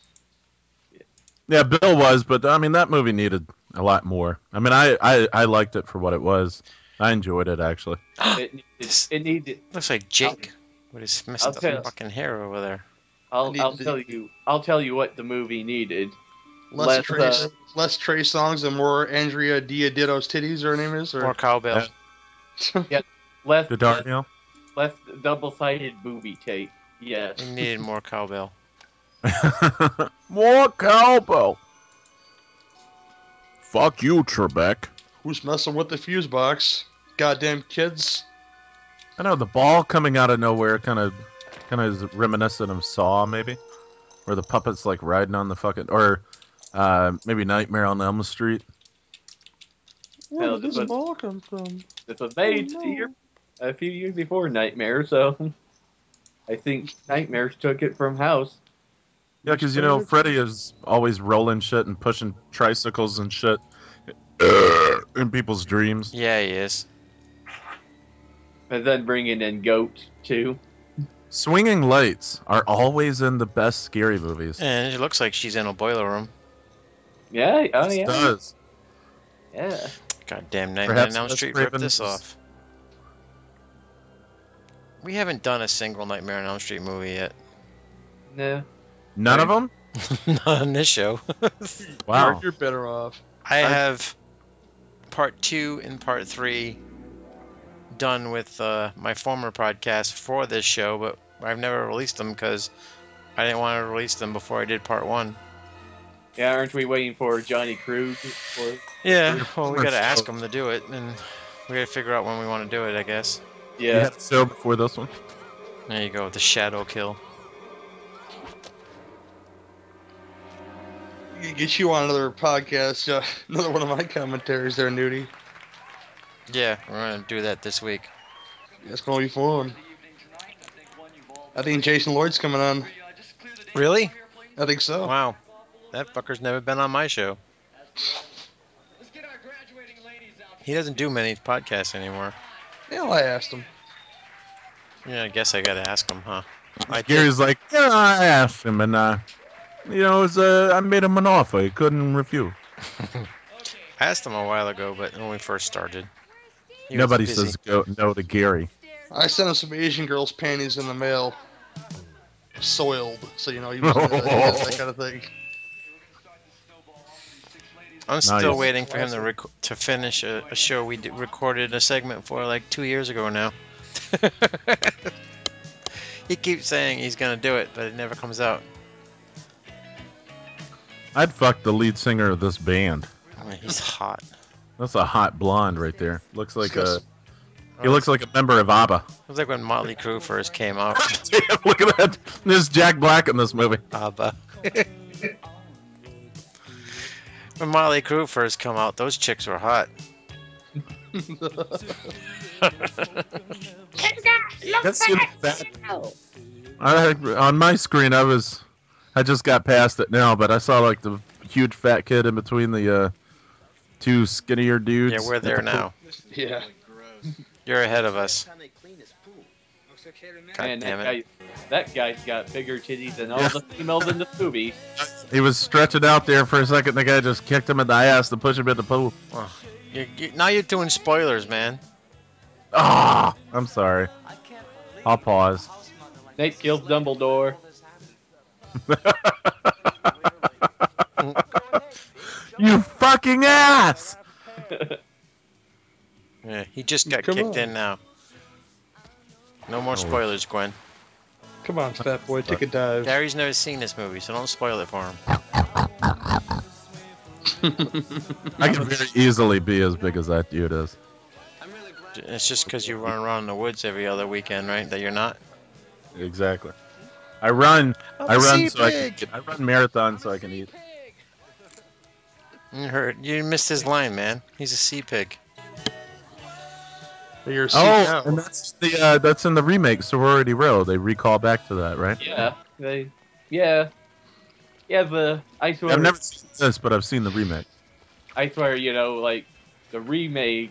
Yeah, Bill was, but I mean that movie needed a lot more. I mean, I I, I liked it for what it was. I enjoyed it actually. it needed, it needed Looks like Jake with his messed I'll up tell you. fucking hair over there. I'll, Need I'll to- tell you. I'll tell you what the movie needed. Less, Less, Trey, uh, less Trey songs and more Andrea Diodito's titties. Her name is. More Or cowbell. Yeah. Less The Darnell. less double-sided booby tape. Yes. We needed more cowbell. more cowbell. Fuck you, Trebek. who's messing with the fuse box? Goddamn kids. I know the ball coming out of nowhere kind of kind of is reminiscent of Saw maybe, or the puppets like riding on the fucking or uh, maybe Nightmare on Elm Street. Where No, did this but- ball come from? This was made Oh, a, no. year, a few years before Nightmare, so I think Nightmares took it from House. Yeah, because you know Freddy is always rolling shit and pushing tricycles and shit in people's dreams. Yeah, he is. And then bringing in Goat, too. Swinging lights are always in the best scary movies. And it looks like she's in a boiler room. Yeah, oh It yeah, does. yeah. Goddamn Nightmare Perhaps on Elm that's Street ripped Raven's- this off. We haven't done a single Nightmare on Elm Street movie yet. No. None of them? Not on this show. Wow. Mark, you're better off. I have part two and part three done with uh, my former podcast for this show, but I've never released them because I didn't want to release them before I did part one. Yeah, aren't we waiting for Johnny Krug? For, Yeah, well, we former got to ask show. them to do it, and we got to figure out when we want to do it, I guess. You yeah. had a show before this one. There you go, the shadow kill. We could Get you on another podcast, uh, another one of my commentaries there, Nudie. Yeah, we're going to do that this week. That's gonna be fun. I think Jason Lloyd's coming on. Really? I think so. Wow. That fucker's never been on my show. He doesn't do many podcasts anymore. Hell, I asked him. Yeah, I guess I gotta ask him, huh? I did- Gary's like, yeah, I asked him, and uh, you know, it was, uh, I made him an offer. He couldn't refuse. I asked him a while ago, but when we first started, he was Nobody busy. says go, no to Gary. I sent him some Asian girls' panties in the mail, soiled. So you know he was into that, that kind of thing. I'm still Nice. waiting for him to rec- to finish a, a show we d- recorded a segment for like two years ago now. he keeps saying he's gonna do it, but it never comes out. I'd fuck the lead singer of this band. I mean, he's hot. That's a hot blonde right there. Looks like a, he Oh, looks like a member of ABBA. It was like when Motley Crue first came out. Look at that. There's Jack Black in this movie. ABBA. when Motley Crue first come out, those chicks were hot. That's you know, that- I, on my screen, I was I just got past it now, but I saw like the huge fat kid in between the uh, two skinnier dudes. Yeah, we're at there the pool. now. This is Yeah. really gross. You're ahead of us. Time they clean this pool. Looks okay to me. God Man, damn that, it. Guy, that guy's got bigger titties than all Yeah. the females in the movie. He was stretching out there for a second. The guy just kicked him in the ass to push him in the pool. You, you, now you're doing spoilers, man. Ah, I'm sorry. I'll pause. Nate kills Dumbledore. You fucking ass! Yeah, he just got Come kicked on. in now. No more spoilers, Gwen. Come on, fat boy, take a dive. Gary's never seen this movie, so don't spoil it for him. I could very easily be as big as that dude is. I'm really glad. It's just because you run around in the woods every other weekend, right? That you're not. Exactly. I run. I run sea so I can. I run marathon so I can eat. You heard. You missed his line, man. He's a sea pig. You're Oh, oh, and that's the uh, that's in the remake Sorority Row. They recall back to that, right? Yeah, they, yeah, yeah. The I swear, I've never seen this, but I've seen the remake. I swear, you know, like the remake.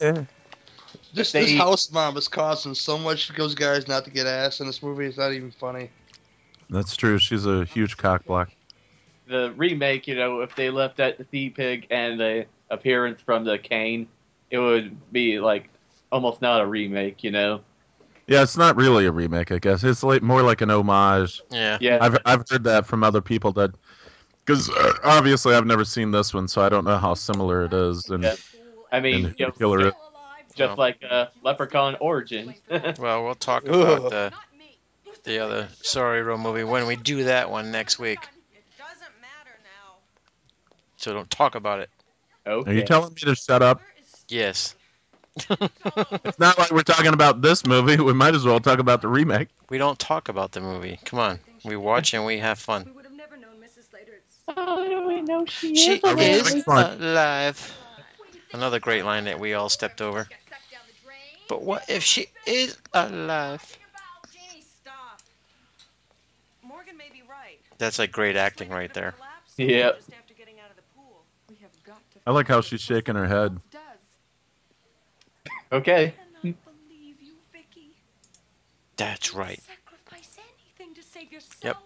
this, they- this house mom is causing so much for those guys not to get ass in this movie. It's not even funny. That's true. She's a huge cock block. the remake, you know, if they left out the sea pig and the appearance from the cane, it would be like almost not a remake, you know. Yeah, it's not really a remake, I guess. It's like more like an homage. Yeah. Yeah, I've I've heard that from other people that because uh, obviously I've never seen this one, so I don't know how similar it is. And Yeah. I mean, And you know, killer it. just like uh, Leprechaun Origins. Well, we'll talk about Ugh. Uh, the the other Sorry Row movie when we do that one next week. It doesn't matter now. So don't talk about it. okay. are you telling me to shut up? Where is Yes. It's not like we're talking about this movie. We might as well talk about the remake. We don't talk about the movie. Come on. We watch and we have fun. We would have never known Mrs. Slater's. She Are we having is fun? alive. Another great line that we all stepped over. But what if she is alive? Janie, stop. Morgan may be right. That's like great acting right there. Yep. Just after getting out of the pool. We have got to I like how she's shaking her head. Okay. cannot believe you, Vicky. That's You'd right. Sacrifice anything to save yourself.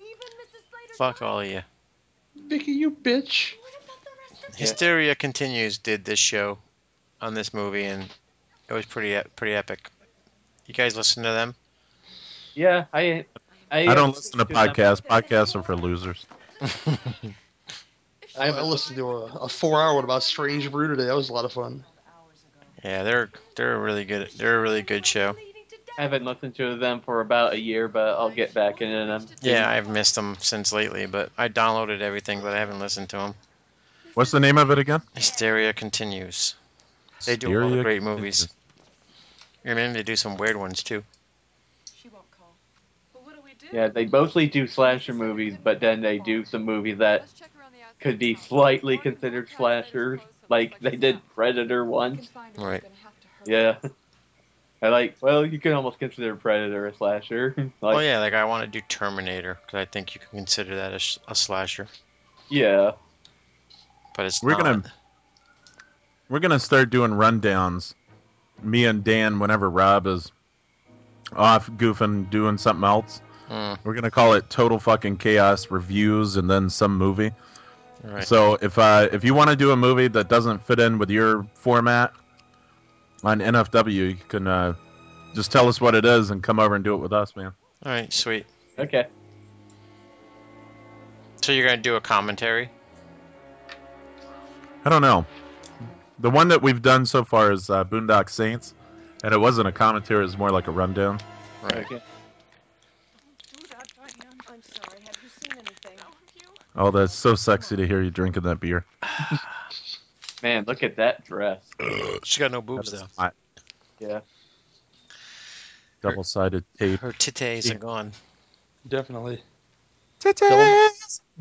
Even Mrs. Slater's Fuck all of you. Vicky, you bitch. What about the rest of Hysteria Continues did this show on this movie, and it was pretty e- pretty epic. You guys listen to them? Yeah, I. I, I don't listen to them. podcasts. Podcasts are for losers. I I listened to a, a four-hour one about Strange Brew today. That was a lot of fun. Yeah, they're they're a really good. They're a really good show. I haven't listened to them for about a year, but I'll get back into them. Yeah, I've missed them since lately, but I downloaded everything, but I haven't listened to them. What's the name of it again? Hysteria Continues. They do all the Hysteria great movies. I mean, they do some weird ones too. She won't call. But what do we do? Yeah, they mostly do slasher movies, but then they do some movies that Let's check around the outside could be now. slightly Morgan considered will tell us that slashers, it's closed, so like it's they did Predator once. Right. Yeah. I like, well, you can almost consider Predator a slasher. Oh like, yeah, like I want to do Terminator because I think you can consider that a, sh- a slasher, yeah. but it's We're not. gonna- We're gonna start doing rundowns. Me and Dan, whenever Rob is off goofing doing something else, Mm, we're gonna call it total fucking chaos reviews and then some movie. right. So if uh, if you want to do a movie that doesn't fit in with your format on NFW, you can uh, just tell us what it is and come over and do it with us, man. all right, sweet. Okay. So you're gonna do a commentary? I don't know. The one that we've done so far is uh, Boondock Saints, and it wasn't a commentary; it was more like a rundown. Right. Okay. I'm sorry. Have you seen anything? Oh, that's so sexy to hear you drinking that beer. Man, look at that dress. She got no boobs though. Yeah. Double sided tape. Her titties are gone. Definitely. Double,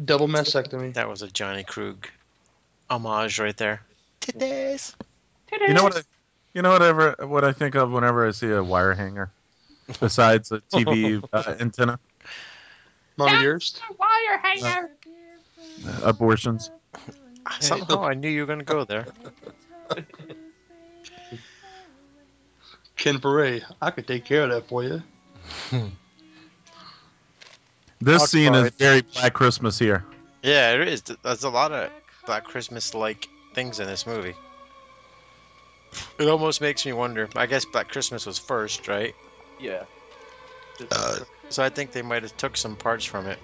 double mastectomy. That was a Johnny Krug homage right there. Titties. You know what? I, you know what? I ever- what I think of whenever I see a wire hanger. besides the TV uh, antenna None of yours? Wire hanger. abortions. Somehow I knew you were going to go there. Ken Beret. I could take care of that for you. This I'll scene try is it. very Black Christmas here. Yeah, it is. There's a lot of Black Christmas like things in this movie. It almost makes me wonder. I guess Black Christmas was first, right? Yeah. Just- Uh, So I think they might have took some parts from it.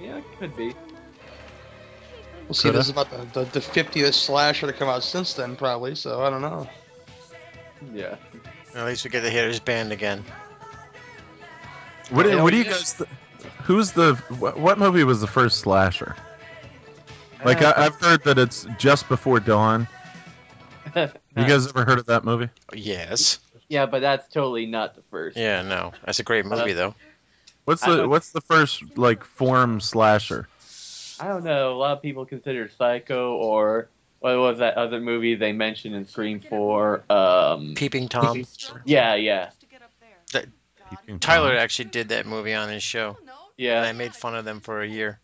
yeah, it could be. We'll see. This is about the, the, the 50th slasher to come out since then, probably. So I don't know. Yeah. At least we get to hear his band again. What, do- Yeah, what do you yeah. guys? Th- who's the? What, what movie was the first slasher? Like I, I've heard that it's just before dawn. You guys ever heard of that movie? Yes. Yeah, but that's totally not the first. Yeah, no. That's a great movie, though. What's I the don't- What's the first like form slasher? I don't know. A lot of people consider Psycho or what was that other movie they mentioned in Scream Four? Um, Peeping Tom. yeah, yeah, Tyler actually did that movie on his show. And I yeah. made fun of them for a year.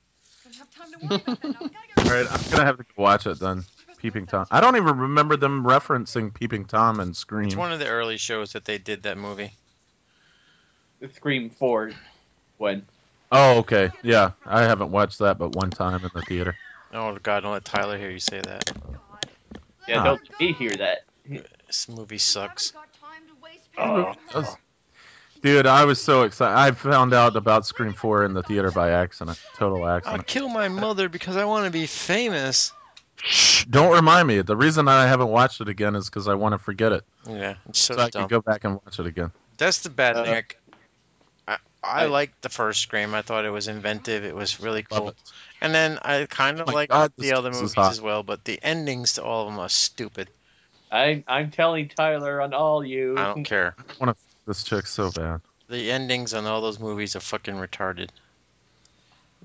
All right, I'm gonna have to go watch it then. Peeping Tom. I don't even remember them referencing Peeping Tom and Scream. It's one of the early shows that they did that movie. Scream Four. When? Oh, okay. Yeah, I haven't watched that but one time in the theater. Oh, God, don't let Tyler hear you say that. Yeah, Ah. don't he hear that? This movie sucks. Oh. Dude, I was so excited. I found out about Scream 4 in the theater by accident. Total I'll accident. kill my mother because I want to be famous. Don't remind me. The reason I haven't watched it again is because I want to forget it. Yeah, it's so So I dumb. can go back and watch it again. That's the bad Uh, thing. I, I, I I- liked the first Scream. I thought it was inventive. It was really Love cool. it. Oh And then I kind of my like God, the this other is movies hot. as well, but the endings to all of them are stupid. I'm I'm telling Tyler on all you. I don't care. This chick's so bad. The endings on all those movies are fucking retarded.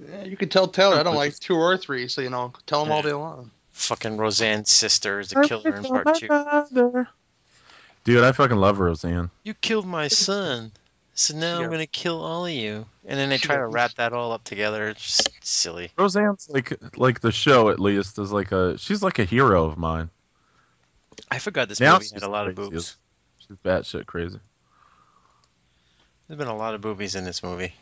Yeah, you can tell Taylor I don't like two or three, so you know, tell him all day long. Fucking Roseanne's sister is a killer in part two. Dude, I fucking love Roseanne. You killed my son, so now Yeah. I'm gonna kill all of you. And then they She try to goes- wrap that all up together. It's just silly. Roseanne's like like the show at least is like a she's like a hero of mine. I forgot this Now movie she's had a lot of crazy. boobs. She's batshit crazy. There's been a lot of boobies in this movie.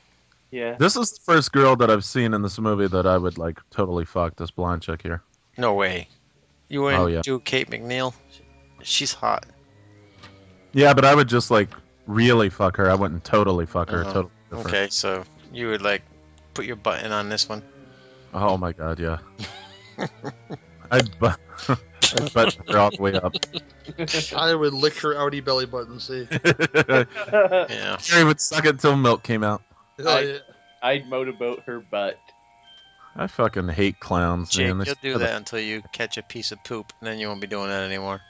Yeah. This is the first girl that I've seen in this movie that I would like totally fuck this blonde chick here. No way. You wouldn't Oh, yeah. do Kate McNeil? She's hot. Yeah, but I would just like really fuck her. I wouldn't totally fuck her. Uh-huh. Totally. fuck her. Okay, so you would like put your button on this one. Oh my god, yeah. I'd, bu- I'd butt her all the way up. I would lick her outie belly button. See, Yeah. Jerry would suck it till milk came out. uh, I- I'd motorboat her butt. I fucking hate clowns, Jake, man. They you'll do should have that until you catch a piece of poop, and then you won't be doing that anymore.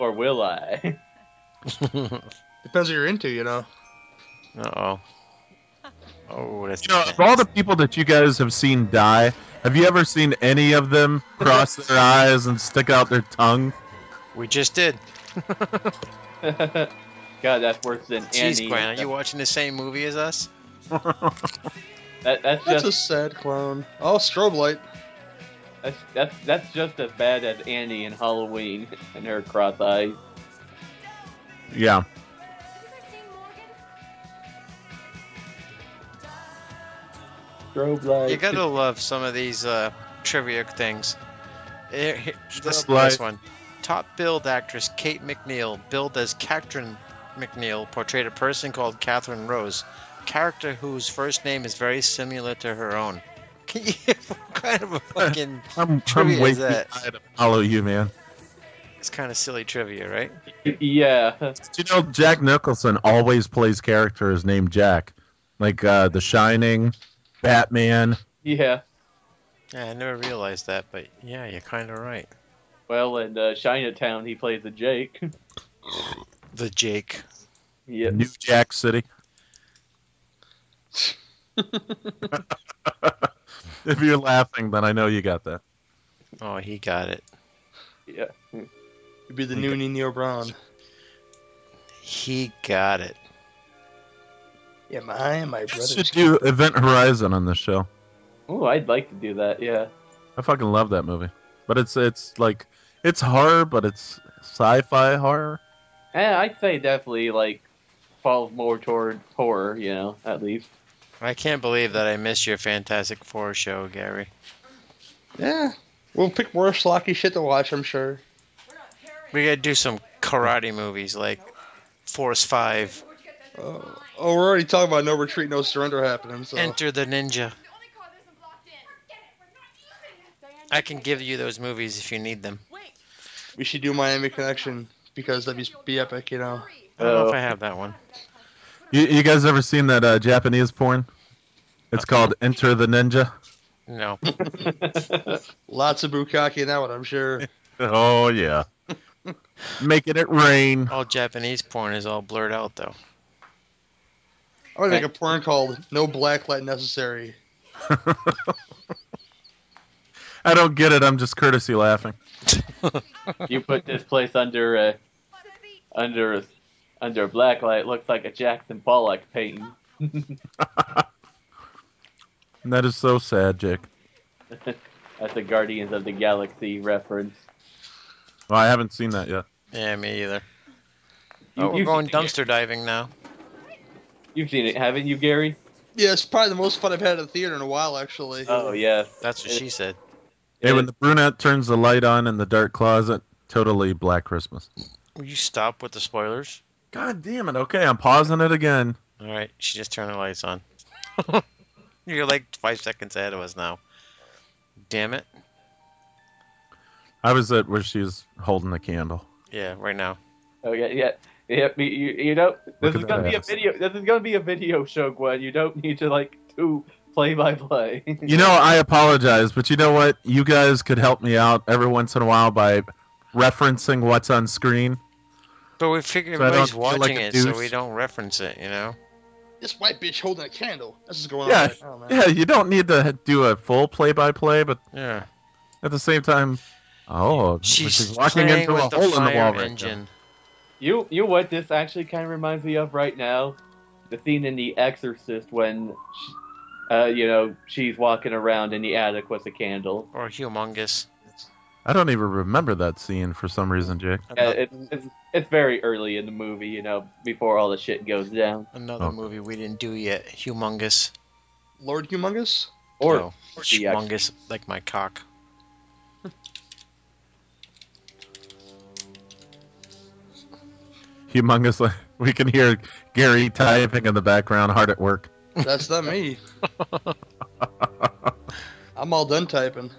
or will I? uh depends what you're into, you know. oh. Oh, that's You know, of all the people that you guys have seen die, have you ever seen any of them cross their eyes and stick out their tongue? we just did. God, that's worse than Jeez, Annie. Gwen, are you watching the same movie as us? That, that's That's just a sad clown. Oh, strobe light. That's, that's that's just as bad as Annie in Halloween and her cross eyes. Yeah. Strobe light. You gotta love some of these uh, trivia things. Here- here- This, Light. this one. Top billed actress Kate McNeil, billed as Katrin McNeil, portrayed a person called Catherine Rose, character whose first name is very similar to her own. Can you, what kind of a fucking. I'm, Trivia I'm way is too that- high to follow you, man. It's kind of silly trivia, right? yeah. Do you know Jack Nicholson always plays characters named Jack? Like uh, The Shining, Batman. Yeah. Yeah, I never realized that, but yeah, you're kind of right. Well, in uh, Chinatown, he plays a Jake. The Jake. yeah. New Jack City. if you're laughing, then I know you got that. Oh, he got it. yeah. You'd be the new Nino Brown. He got it. Yeah, my my Should brother's do Event Horizon on this show. Ooh, I'd like to do that. Yeah. I fucking love that movie. But it's it's like it's horror, but it's sci-fi horror. Eh, I'd say definitely like falls more toward horror. You know, at least. I can't believe that I missed your Fantastic Four show, Gary. Yeah. We'll pick more schlocky shit to watch, I'm sure. We gotta do some karate movies like Force 5, Oh, oh, we're already talking about no retreat, no surrender happening. So Enter the Ninja. The only car that isn't blocked in. Forget it. We're not using it. Diane, I can give you those movies if you need them. Wait. we should do Miami Connection because that'd be, be epic, you know. Hurry. I don't know if Oh. I have that one. You, you guys ever seen that uh, Japanese porn? It's called Enter the Ninja. No. Lots of bukkake in that one, I'm sure. Oh yeah, making it rain. All Japanese porn is all blurred out, though. I'm gonna make a porn called "No Blacklight Necessary." I don't get it. I'm just courtesy laughing. you put this place under a under a, under a blacklight. Looks like a Jackson Pollock painting. And that is so sad, Jake. That's a Guardians of the Galaxy reference. Well, I haven't seen that yet. Yeah, me either. You, oh, we're you've going seen it. dumpster diving now. You've seen it, haven't you, Gary? Yeah, it's probably the most fun I've had at a theater in a while, actually. Oh yes. That's what she said. Hey, when the brunette turns the light on in the dark closet, totally Black Christmas. Will you stop with the spoilers? God damn it. Okay, I'm pausing it again. All right, she just turned the lights on. You're like five seconds ahead of us now. Damn it. I was at where she's holding the candle. Yeah, right now. Oh yeah, yeah. Yeah, you, you don't. This Look at is gonna that be a ass. video. This is gonna be a video show, Gwen. You don't need to like do play by play. You know, I apologize, but you know what? You guys could help me out every once in a while by referencing what's on screen. But we figure So I don't everybody's feel like watching a it, so douche. we don't reference it, you know? This white bitch holding a candle. This is going Yeah. on. Right now, man. Yeah, you don't need to do a full play by play, but Yeah. at the same time, oh, She's, she's walking playing into a with hole the in fire the wall. right engine. You you know what this actually kind of reminds me of right now, the scene in The Exorcist when, sh uh, you know, she's walking around in the attic with a candle. Or humongous. now. I don't even remember that scene for some reason, Jake. Uh, Another, it's, it's it's very early in the movie, you know, before all the shit goes down. another Oh. movie we didn't do yet. Humongous. Lord Humongous. Or No. or the humongous, like my cock. Humongous, we can hear Gary typing in the background, hard at work. That's not me. I'm all done typing.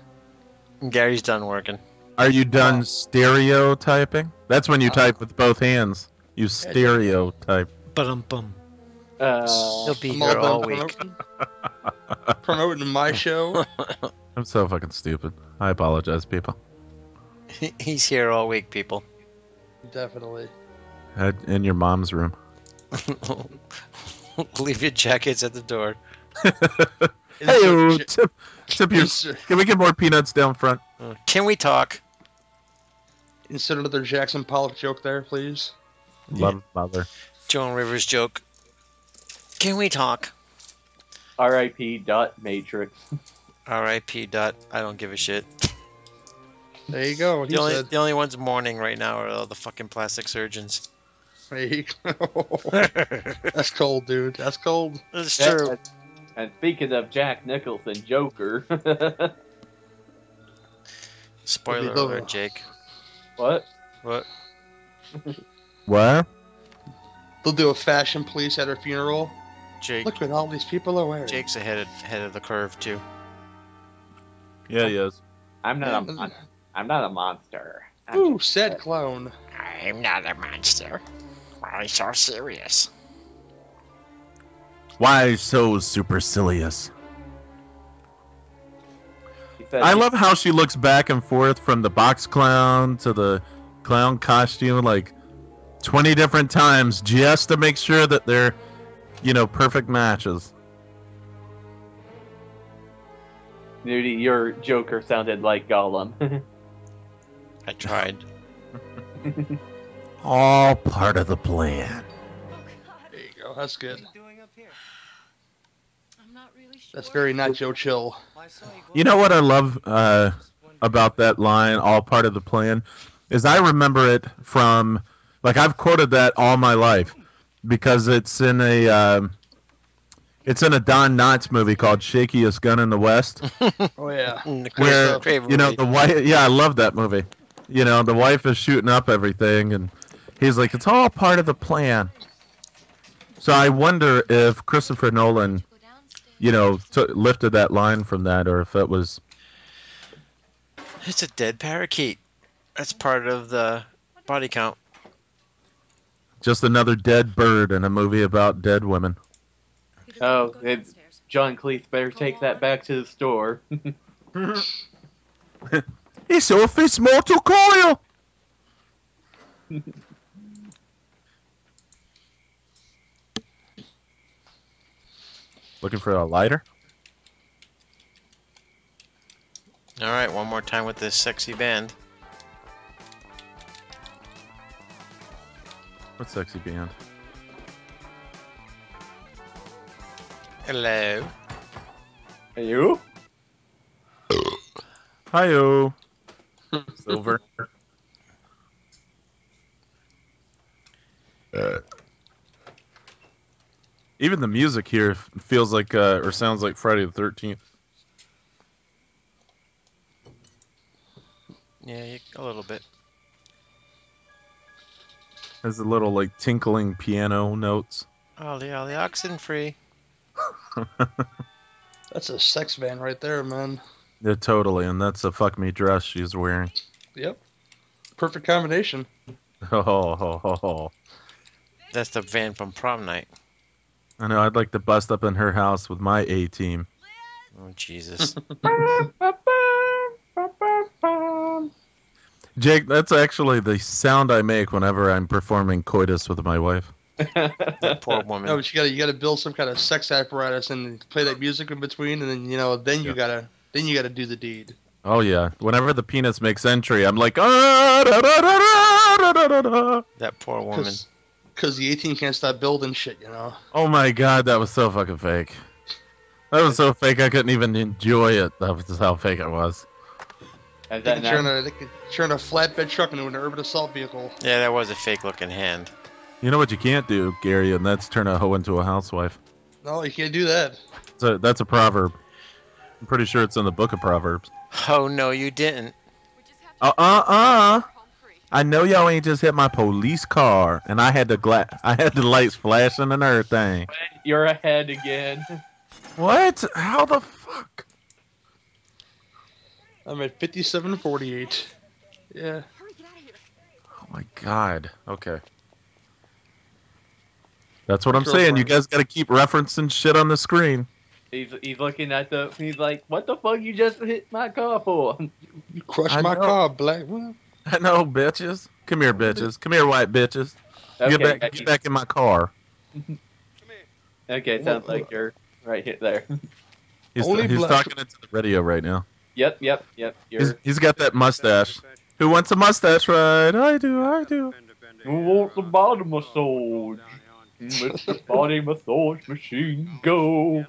Gary's done working. Are you done stereotyping? That's when you type with both hands. You stereotype. Bum bum. Uh, He'll be I'm here all week. promoting, promoting my show. I'm so fucking stupid. I apologize, people. He- He's here all week, people. Definitely. Uh, In your mom's room. Leave your jackets at the door. Hey, Insert tip, tip ja- your. insert- Can we get more peanuts down front? Uh, Can we talk? Insert another Jackson Pollock joke there, please. Love mother. Joan Rivers joke. Can we talk? R.I.P. Dot Matrix. R.I.P. Dot. I don't give a shit. There you go. He The only, said, the only ones mourning right now are all the fucking plastic surgeons. there you go. That's That's cold, dude. That's cold. true. And, and speaking of Jack Nicholson, Joker. Spoiler the- alert, Jake. what? What? What? They'll do a fashion police at her funeral. Jake. Look what all these people are wearing. Jake's ahead of, ahead of the curve too. Yeah, yes. I'm not a mon- I'm not a monster. I'm Ooh, sad clown. I'm not a monster. Why so serious? Why so supercilious? He said I he- love how she looks back and forth from the box clown to the clown costume like 20 different times just to make sure that they're, you know, perfect matches. Nudie, your Joker Oh, sounded like Gollum. I tried. All part of the plan. Oh, God. There you go. That's What are good. you doing up here? I'm not really sure. That's very not Joe Chill. Well, I saw go You know up what I there. love uh, Just wondered. about that line, all part of the plan, is I remember it from, like I've quoted that all my life, because it's in a, um, it's in a Don Knotts movie called Shakiest Gun in the West, Oh yeah. Mm, the Chris where Crave you know movie. the wife. Yeah, I love that movie. You know, the wife is shooting up everything, and he's like, "It's all part of the plan." So I wonder if Christopher Nolan, Go downstairs. you know, took lifted that line from that, or if it was It's a dead parakeet. That's part of the body count. just another dead bird in a movie about dead women. Peter, Oh, go it- downstairs. John Cleese better take that back to the store. It's office mortal coil. Looking for a lighter? All right, one more time with this sexy band. What sexy band? Hello. Are you? Hi-yo. Silver. Even the music here f- feels like uh, or sounds like Friday the 13th. Yeah, you, a little bit. Has a little like tinkling piano notes. Ollie, ollie, oxen free. That's a sex van right there, man. Yeah, totally. And that's a fuck me dress she's wearing. Yep. Perfect combination. Oh, ho, ho, ho. That's the van from prom night. I know. I'd like to bust up in her house with my A team. Oh, Jesus. Jake, that's actually the sound I make whenever I'm performing coitus with my wife. that poor No, woman. but you gotta you gotta build some kind of sex apparatus and play that music in between, and then you know then you Yeah. gotta then you gotta do the deed. Oh yeah. Whenever the penis makes entry, I'm like ah, da, da, da, da, da, da, da, da." That poor woman. Because the 18 can't stop building shit, you know. Oh my god, that was so fucking fake. That was so fake I couldn't even enjoy it. That was just how fake it was. They Is that could turn not? a they could turn a flatbed truck into an urban assault vehicle. Yeah, that was a fake looking hand. You know what you can't do, Gary, and that's turn a hoe into a housewife. No, you can't do that. So that's a proverb. I'm pretty sure it's in the book of Proverbs. Oh, no, you didn't. We just have to Uh uh uh. home free. I know y'all ain't just hit my police car, and I had the gla- I had the lights flashing and everything. You're ahead again. What? How the fuck? I'm at 5748. Yeah. Hurry, get out of here. Oh my god. Okay. That's what I'm Sure, saying. You Frank. guys got to keep referencing shit on the screen. He's he's looking at the. He's like, "What the fuck? You just hit my car for?" You crushed I my know. car, black man. I know, bitches. Come here, bitches. Come here, white bitches. Okay, get back, get back in my car. Come here. okay, sounds like you're right here. There. He's, Only he's black- talking into the radio right now. Yep, yep, yep. He's, You're. he's got that mustache. Who wants a mustache ride? I do. I do. Who wants the bottom of sword? Mr. Body Massage Machine, go.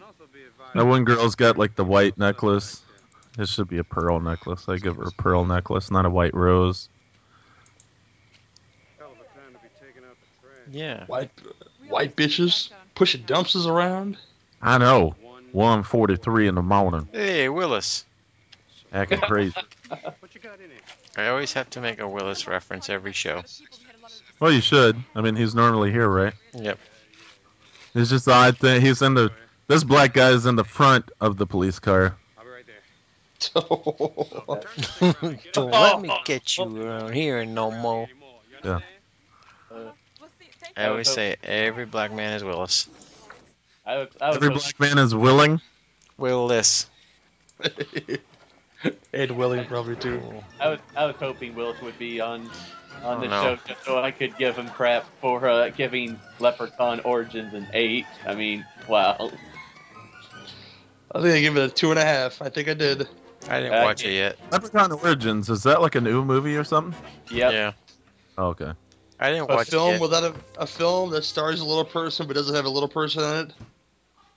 That one girl's got like the white necklace. This should be a pearl necklace. I give her a pearl necklace, not a white rose. Yeah. White, white bitches pushing dumpsters around. I know. 1:43 in the morning, Hey, Willis. acting crazy. What you got in here? I always have to make a Willis reference every show. Well, you should. I mean, he's normally here, right? Yep. It's just the odd thing. He's in the. This black guy is in the front of the police car. I'll be right there. So, Turn this thing around, Oh. get Don't let out. me get you around here no more. Anymore, you Yeah. understand? I always say every black man is Willis. I was, Oh, I was Every so- black man is willing. Willis. Ed Willing probably too. I was I was hoping Willis would be on on Oh, the no. show just so I could give him crap for uh, giving Leprechaun Origins an eight. I mean, wow. I think I gave it a two and a half. I think I did. I didn't watch it yet. Leprechaun Origins is that like a new movie or something? Yep. Yeah. Oh, okay. I didn't A watch it. film yet. without a, a film that stars a little person but doesn't have a little person in it.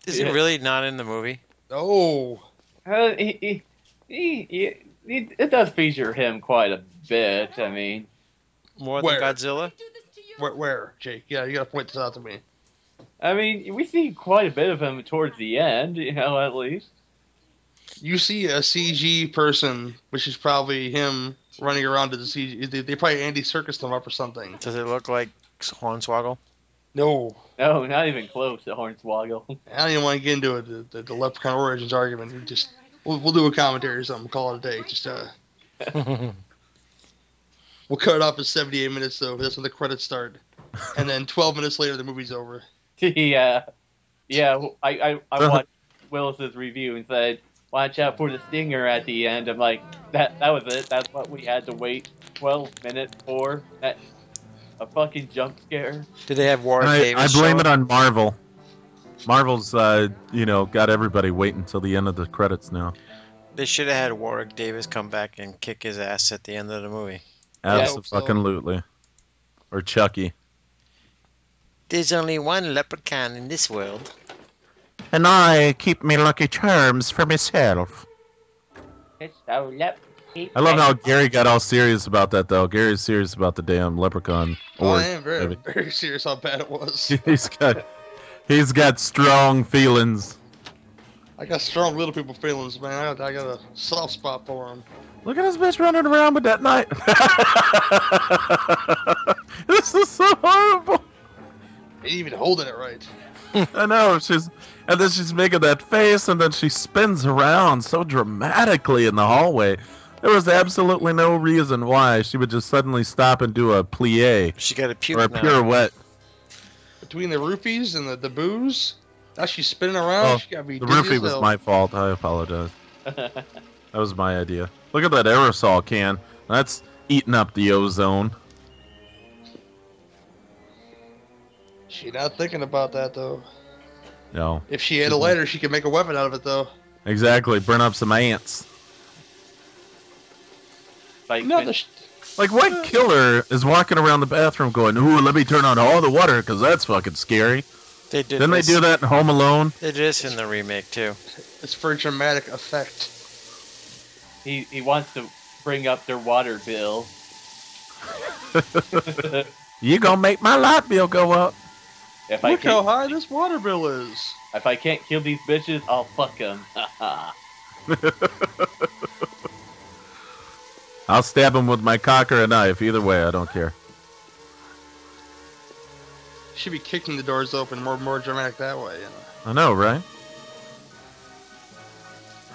Is it really not in the movie? No. Uh, he, he, he, he, he, it does feature him quite a bit. I mean, More Where? than Godzilla? do this to you? Where, where, Jake? Yeah, you gotta point this out to me. I mean, we see quite a bit of him towards the end. You know, at least. You see a CG person, which is probably him running around to the CG. They, they probably Andy Circus him up or something. Does it look like Hornswoggle? No, No, Oh, not even close to Hornswoggle. I don't even want to get into it. The, the, the Leprechaun Origins argument. We just we'll, we'll do a commentary or something. Call it a day. Just uh, we'll cut it off at 78 minutes though. 'cause That's when the credits start, and then 12 minutes later the movie's over. yeah, uh, yeah. I, I, Uh-huh. I watched Willis's review and said, "Watch out for the stinger at the end." I'm like, that, that was it. That's what we had to wait 12 minutes for. That, a fucking jump scare. Did they have Warwick I, I Davis? blame show it up? on Marvel. Marvel's, uh, you know, got everybody waiting till the end of the credits now. They should have had Warwick Davis come back and kick his ass at the end of the movie. I Absolutely. hope so. fucking lootly. Or Chucky. There's only one leprechaun in this world. And I keep me lucky charms for myself. It's so lep. I love how Gary got all serious about that, though. Gary's serious about the damn leprechaun. Oh, I org. am very maybe. very serious how bad it was. he's got, he's got strong feelings. I got strong little people feelings, man. I got, I got a soft spot for them. Look at this bitch running around with that knife. this is so horrible. They ain't even holding it right. I know she's, and then she's making that face, and then she spins around so dramatically in the hallway. There was absolutely no reason why she would just suddenly stop and do a plie She got a puke or a now. pirouette. Between the roofies and the, the booze, now she's spinning around. Oh, she got me The dizzy roofie as was hell. my fault. I apologize. That was my idea. Look at that aerosol can. That's eating up the ozone. She not thinking about that though. No, If she Mm-hmm. had a lighter, she could make a weapon out of it though. exactly. Burn up some ants. Like, No, the sh- Like, what killer is walking around the bathroom going, "Ooh, let me turn on all the water because that's fucking scary." They did. Didn't they this- do that in Home Alone? They did this in the remake too. it's for dramatic effect. he, he wants to bring up their water bill. if You gonna make my light bill go up? I Look how can't, high this water bill is. if I can't kill these bitches, I'll fuck them. I'll stab him with my cock or a knife. Either way, I don't care. She'd be kicking the doors open, more more dramatic that way. You know? I know, right?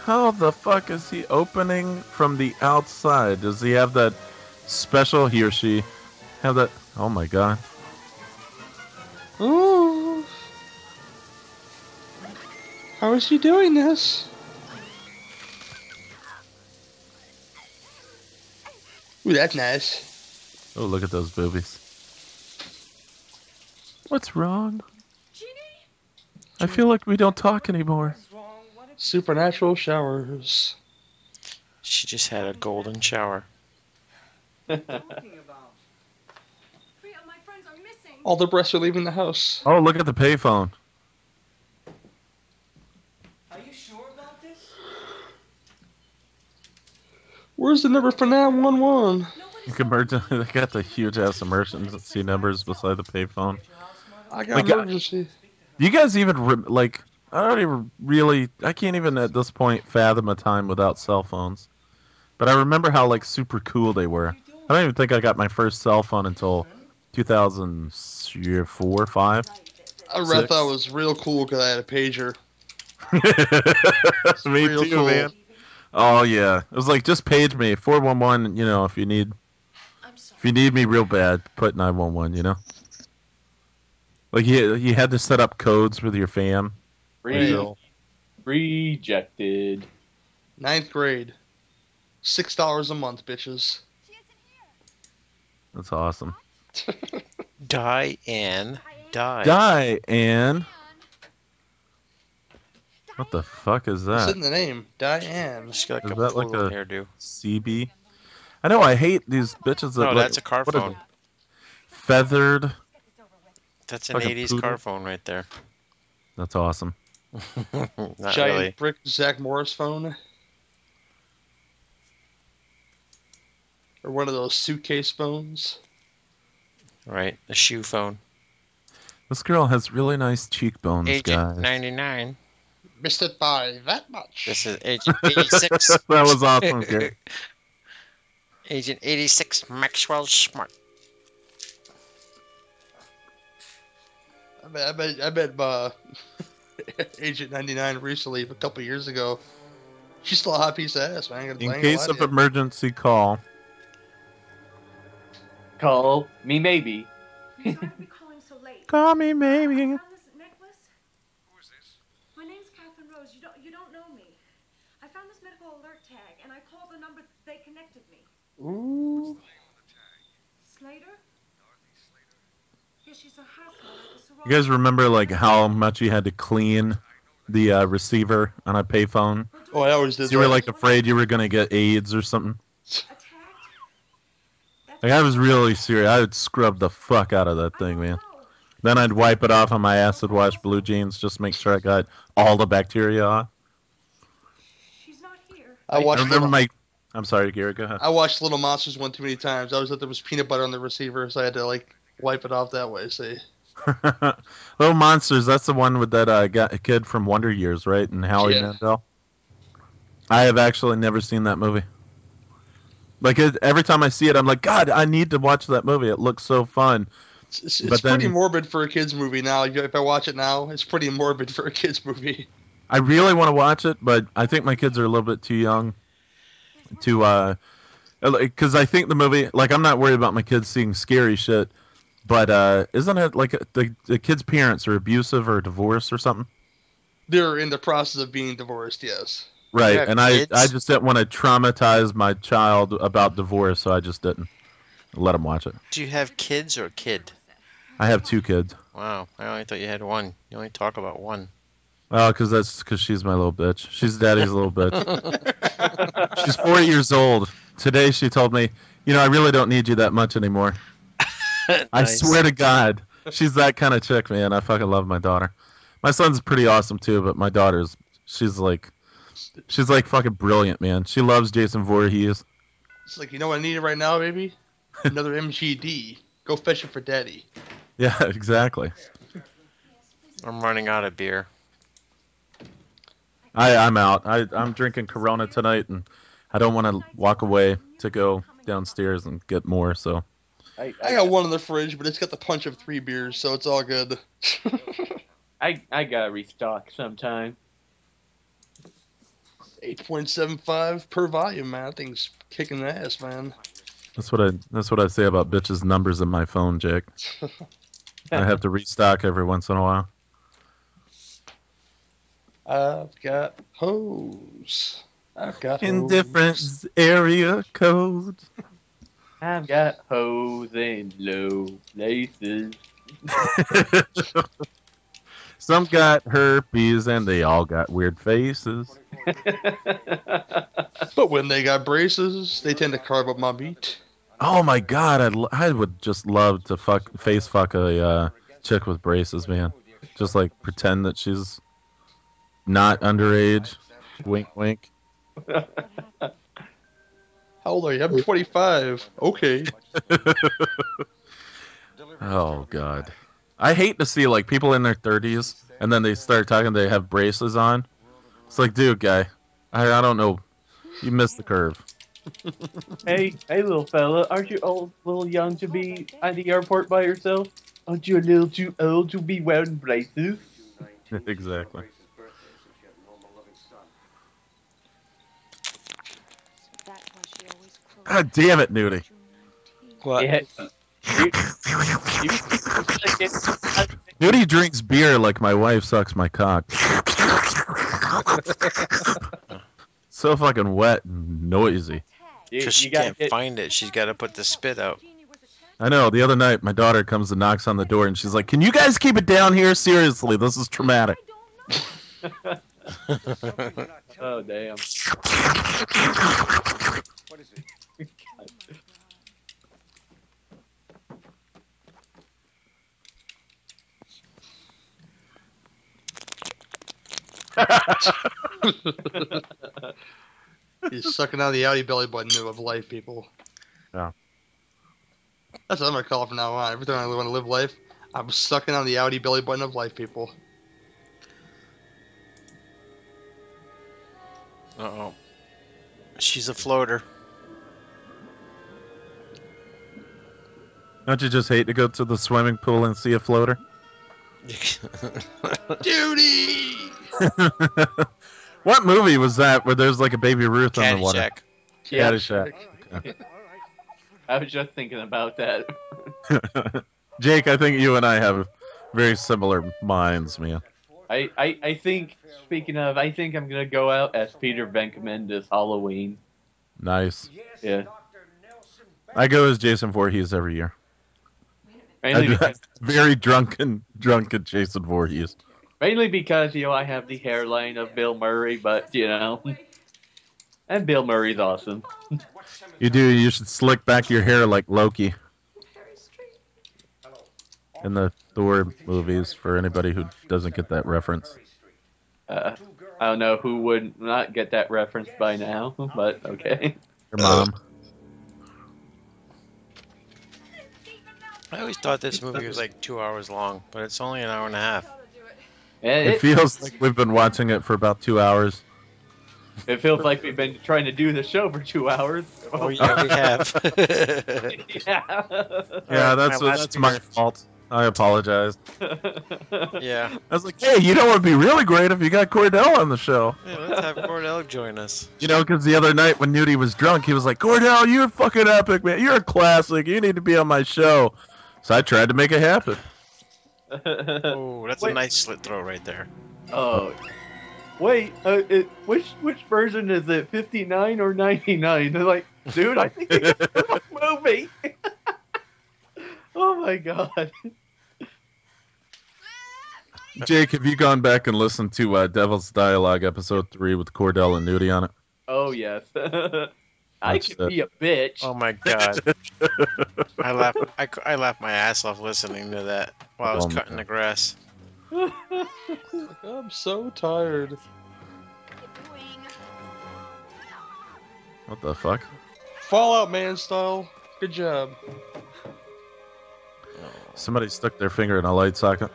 How the fuck is he opening from the outside? Does he have that special? He or she have that? Oh my god! Ooh. How is she doing this? Ooh, that's nice. Oh, look at those boobies. What's wrong? Genie? I feel like we don't talk anymore. Supernatural showers. She just had a golden shower. Talking about. Three uh, of my friends are missing. All the breasts are leaving the house. Oh, look at the payphone. Are you sure about this? Where's the number for 911? Nobody's You can merge- They got the huge ass emergency numbers beside the payphone. I got Like, uh, emergency. Do you guys even re- like? I don't even really. I can't even at this point fathom a time without cell phones. But I remember how like super cool they were. I don't even think I got my first cell phone until 2004, five. I read six. that was real cool because I had a pager. me real too, cool. man. Oh yeah, it was like just page me 411. You know, if you need I'm sorry. if you need me real bad, put 911. You know, like you you had to set up codes with your fam. Re- rejected. Ninth grade. Six dollars a month, bitches. She isn't here. That's awesome. Diane, die. Die, Anne. Diane. What the fuck is It's that? in the name, Diane. She's got like Is a that like poodle a- hairdo. CB. I know. I hate these bitches. That No, look- that's a car what are phone. they? feathered. That's an Like a 80s poodle. car phone right there. That's awesome. Not Giant really. brick Zach Morris phone. Or one of those suitcase phones. Right. A shoe phone. This girl has really nice cheekbones, Agent guys. 99. Missed it by that much. This is Agent 86. that was awesome. Gary. Agent 86 Maxwell Smart. I bet, I bet, I bet uh, Agent 99 recently, a couple years ago, she's still a hot piece of ass, man. I ain't gonna- In I ain't gonna case lie of to you. emergency call, Call me maybe. I'm sorry to be calling so late. call me I maybe. found this necklace. Who is this? My name's Catherine Rose. You don't you don't know me. I found this medical alert tag and I called the number they connected me. Ooh. Slater? Yeah, she's a household at the sorority. You guys remember like how much you had to clean the uh, receiver on a payphone? Well, Oh, I always did You were that. like afraid you were gonna get AIDS or something. attacked? That's Like I was really serious. I would scrub the fuck out of that I thing, don't man. know. Then I'd wipe it off on my acid wash blue jeans just to make sure I got all the bacteria off. She's not here. I I watched, remember Little, my. I'm sorry, Gary. Go ahead. I watched Little Monsters one too many times. I was that there was peanut butter on the receiver, so I had to like wipe it off that way. See, Little monsters. That's the one with that uh, guy, kid from Wonder Years, right? And Howie Yeah. Mandel. I have actually never seen that movie. Like it, every time I see it, I'm like, God, I need to watch that movie. It looks so fun. it's, it's, But it's pretty then- morbid for a kids movie now. If if I watch it now, it's pretty morbid for a kids movie. I really want to watch it, but I think my kids are a little bit too young to uh because I think the movie like I'm not worried about my kids seeing scary shit, but uh isn't it like the the kids' parents are abusive or divorced or something? They're in the process of being divorced. Yes. Right. Yeah, And I kids. I just didn't want to traumatize my child about divorce, so I just didn't let them watch it. Do you have kids or kid? I have two kids. Wow. I only thought you had one. You only talk about one. Oh, because that's because she's my little bitch. She's daddy's little bitch. she's four years old. Today she told me, you know, I really don't need you that much anymore. I Nice. swear to God, she's that kind of chick, man. I fucking love my daughter. My son's pretty awesome too, but my daughter's she's like, she's like fucking brilliant, man. She loves Jason Voorhees. It's like you know what I need right now, baby. Another MGD. Go fishing for daddy. Yeah, exactly. I'm running out of beer. I I'm out. I I'm drinking Corona tonight, and I don't want to walk away to go downstairs and get more. So I I got one in the fridge, but it's got the punch of three beers, so it's all good. I, I gotta restock sometime. 8.75 per volume, man. That thing's kicking the ass, man. that's what I that's what I say about bitches' numbers in my phone, Jake. I have to restock every once in a while. I've got hose. I've got In hose. different area codes. I've got hoes in low places. Some got herpes and they all got weird faces. But when they got braces, they tend to carve up my meat. Oh my god, I'd, l- I would just love to fuck face fuck a uh, chick with braces, man. Just like pretend that she's not underage. Wink, wink. How old are you? I'm 25. Okay. Oh god, I hate to see like people in their 30s and then they start talking. They have braces on. It's like, dude, guy, I, I don't know. You missed the curve. hey, hey, little fella, aren't you old, little young to be at the airport by yourself? Aren't you a little too old to be wearing braces? Exactly. That's why she always cries. God damn it, Nudie. What? Yeah. You- you- you- Nudie drinks beer like my wife sucks my cock. so fucking wet and noisy. you Because she gotta can't get- find it. She's got to put the spit out. I know. The other night, my daughter comes and knocks on the door, and she's like, "Can you guys keep it down here? Seriously, this is traumatic." Oh damn! What is it? He's sucking out the Audi belly button of life, people. Yeah. That's what I'm gonna call it from now on. Every time I want to live life, I'm sucking on the Audi belly button of life, people. Uh oh. She's a floater. Don't you just hate to go to the swimming pool and see a floater? Duty. what movie was that where there's like a baby Ruth on the water? Caddyshack. Yeah. Caddyshack. Oh, I was just thinking about that. Jake, I think you and I have very similar minds, man. I, I, I think, speaking of, I think I'm going to go out as Peter Venkman this Halloween. Nice. Yes, Yeah. Dr. Nelson I go as Jason Voorhees every year. Mainly I do- because, Very drunken, drunken Jason Voorhees. mainly because, you know, I have the hairline of Bill Murray, but, you know, and Bill Murray's awesome. You do. You should slick back your hair like Loki in the Thor movies. For anybody who doesn't get that reference, Uh, I don't know who would not get that reference by now, but okay. your mom. I always thought this movie was like two hours long, but it's only an hour and a half. And It it, feels like we've been watching it for about two hours. it feels like we've been trying to do the show for two hours. Oh yeah, we have. yeah. Yeah, Alright, that's my last that's my beer. fault. I apologize. yeah. I was like, hey, you know what would be really great if you got Cordell on the show. Yeah, Let's have Cordell join us. You know, because the other night when Nudie was drunk, he was like, Cordell, you're fucking epic, man. You're a classic. You need to be on my show. So I tried to make it happen. Oh, that's a Wait. nice slit throw right there. Oh. Wait, uh, it, which which version is it? 59 or 99? They're like, dude, I think it's a movie. oh my god. Jake, have you gone back and listened to uh, Devil's Dialogue episode three with Cordell and Nudie on it? Oh yes. I That's could it. be a bitch. Oh my god. I laughed. I, cou- I laughed my ass off listening to that while I was Oh, my cutting the grass. I'm so tired. What the fuck? Fallout man style. Good job. Somebody stuck their finger in a light socket.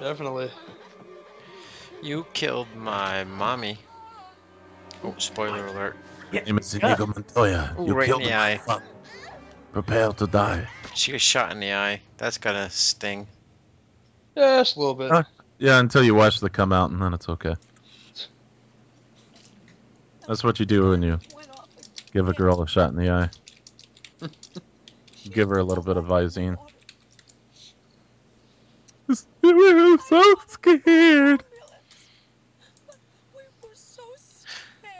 Definitely. You killed my mommy. Oh, spoiler alert! Your name is Inigo Montoya. Ooh, You right in killed the him. eye. Prepare to die. She was shot in the eye. That's gonna sting. Just a little bit. Huh? Yeah, until you watch the come out, and then it's okay. That's what you do when you give a girl a shot in the eye. give her a little bit of Visine. We were so scared.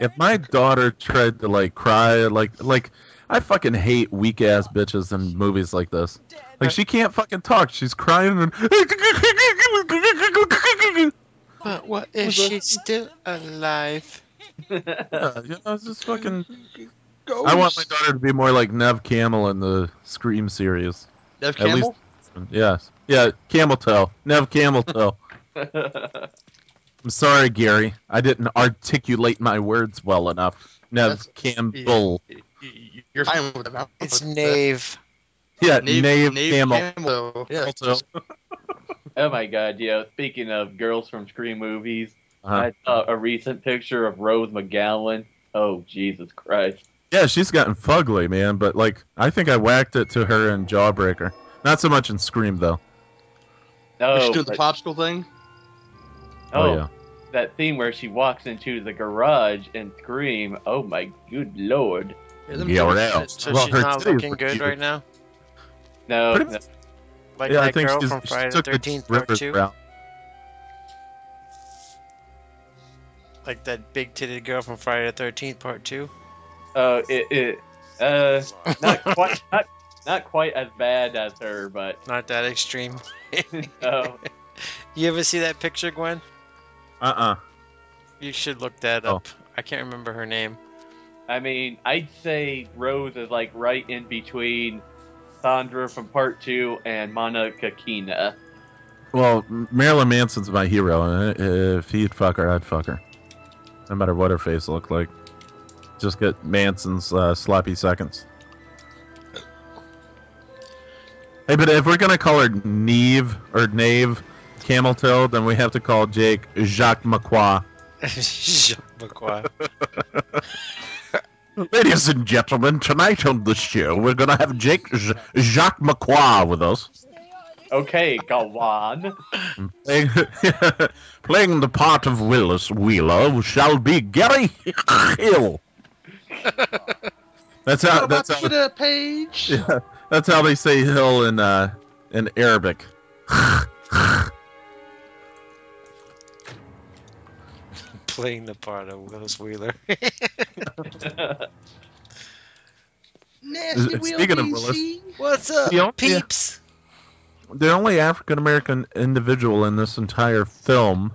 If my daughter tried to like cry, like like I fucking hate weak ass bitches in movies like this. Like she can't fucking talk. She's crying and. But what if she's still alive? Yeah, you know, it's just fucking. Go. I want my daughter to be more like Nev Campbell in the Scream series. Nev At least, Campbell? yes, yeah, Camel Toe, Nev Camel Toe. I'm sorry, Gary, I didn't articulate my words well enough. Nev That's- Campbell, You're fine with it. It's Nave. yeah, Nev Camel Campbell. Yeah. Toe. oh my god, yeah. Speaking of girls from Scream movies, Uh-huh. I saw a recent picture of Rose McGowan. Oh Jesus Christ. Yeah, she's gotten fugly, man. But like, I think I whacked it to her in Jawbreaker. Not so much in Scream though. No, Is she doing the but- popsicle thing? Oh, oh, yeah, that scene where she walks into the garage and scream, "Oh my good lord!" Yeah, them Yeah, titties- we're out. So Well, she's her not titties were looking good cute. right now. No, Pretty no. Oh, Like yeah, that I think girl she's, from she Friday the took the Thirteenth Part Rivers Two. route. Like that big titted girl from Friday the Thirteenth Part Two. Uh, it, it, uh, not quite, not, not quite as bad as her, but Not that extreme. no. You ever see that picture, Gwen? Uh-uh. You should look that Oh. up. I can't remember her name. I mean, I'd say Rose is like right in between Sandra from Part Two and Monica Kina. Well, Marilyn Manson's my hero, and if he'd fuck her, I'd fuck her. No matter what her face looked like. Just get Manson's uh, sloppy seconds. Hey, but if we're gonna call her Neve or Knave Camel Toe, then we have to call Jake Jacques Macquois. Jabberwocky. Ladies and gentlemen, tonight on the show, we're gonna have Jake J- Jacques Macquois with us. Okay, go on. Playing, playing the part of Willis Wheeler shall be Gary Hill. that's how. What about That's how. Twitter page? Yeah, that's how they say hill in uh, in Arabic. Playing the part of Willis Wheeler. Nasty Will Speaking of DC. What's up, Yeah. peeps? The only African American individual in this entire film,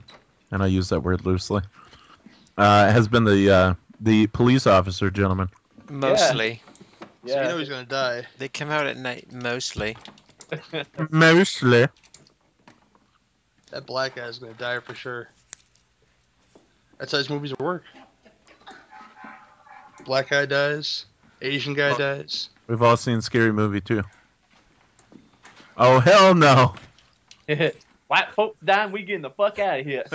and I use that word loosely, uh, has been the uh, the police officer gentleman. Mostly. So you yeah. know he's gonna die. They come out at night mostly. Mostly. That black guy's gonna die for sure. That's how his movies work. Black guy dies. Asian guy dies. We've all seen Scary Movie too. Oh hell no! White folks dying, we getting the fuck out of here.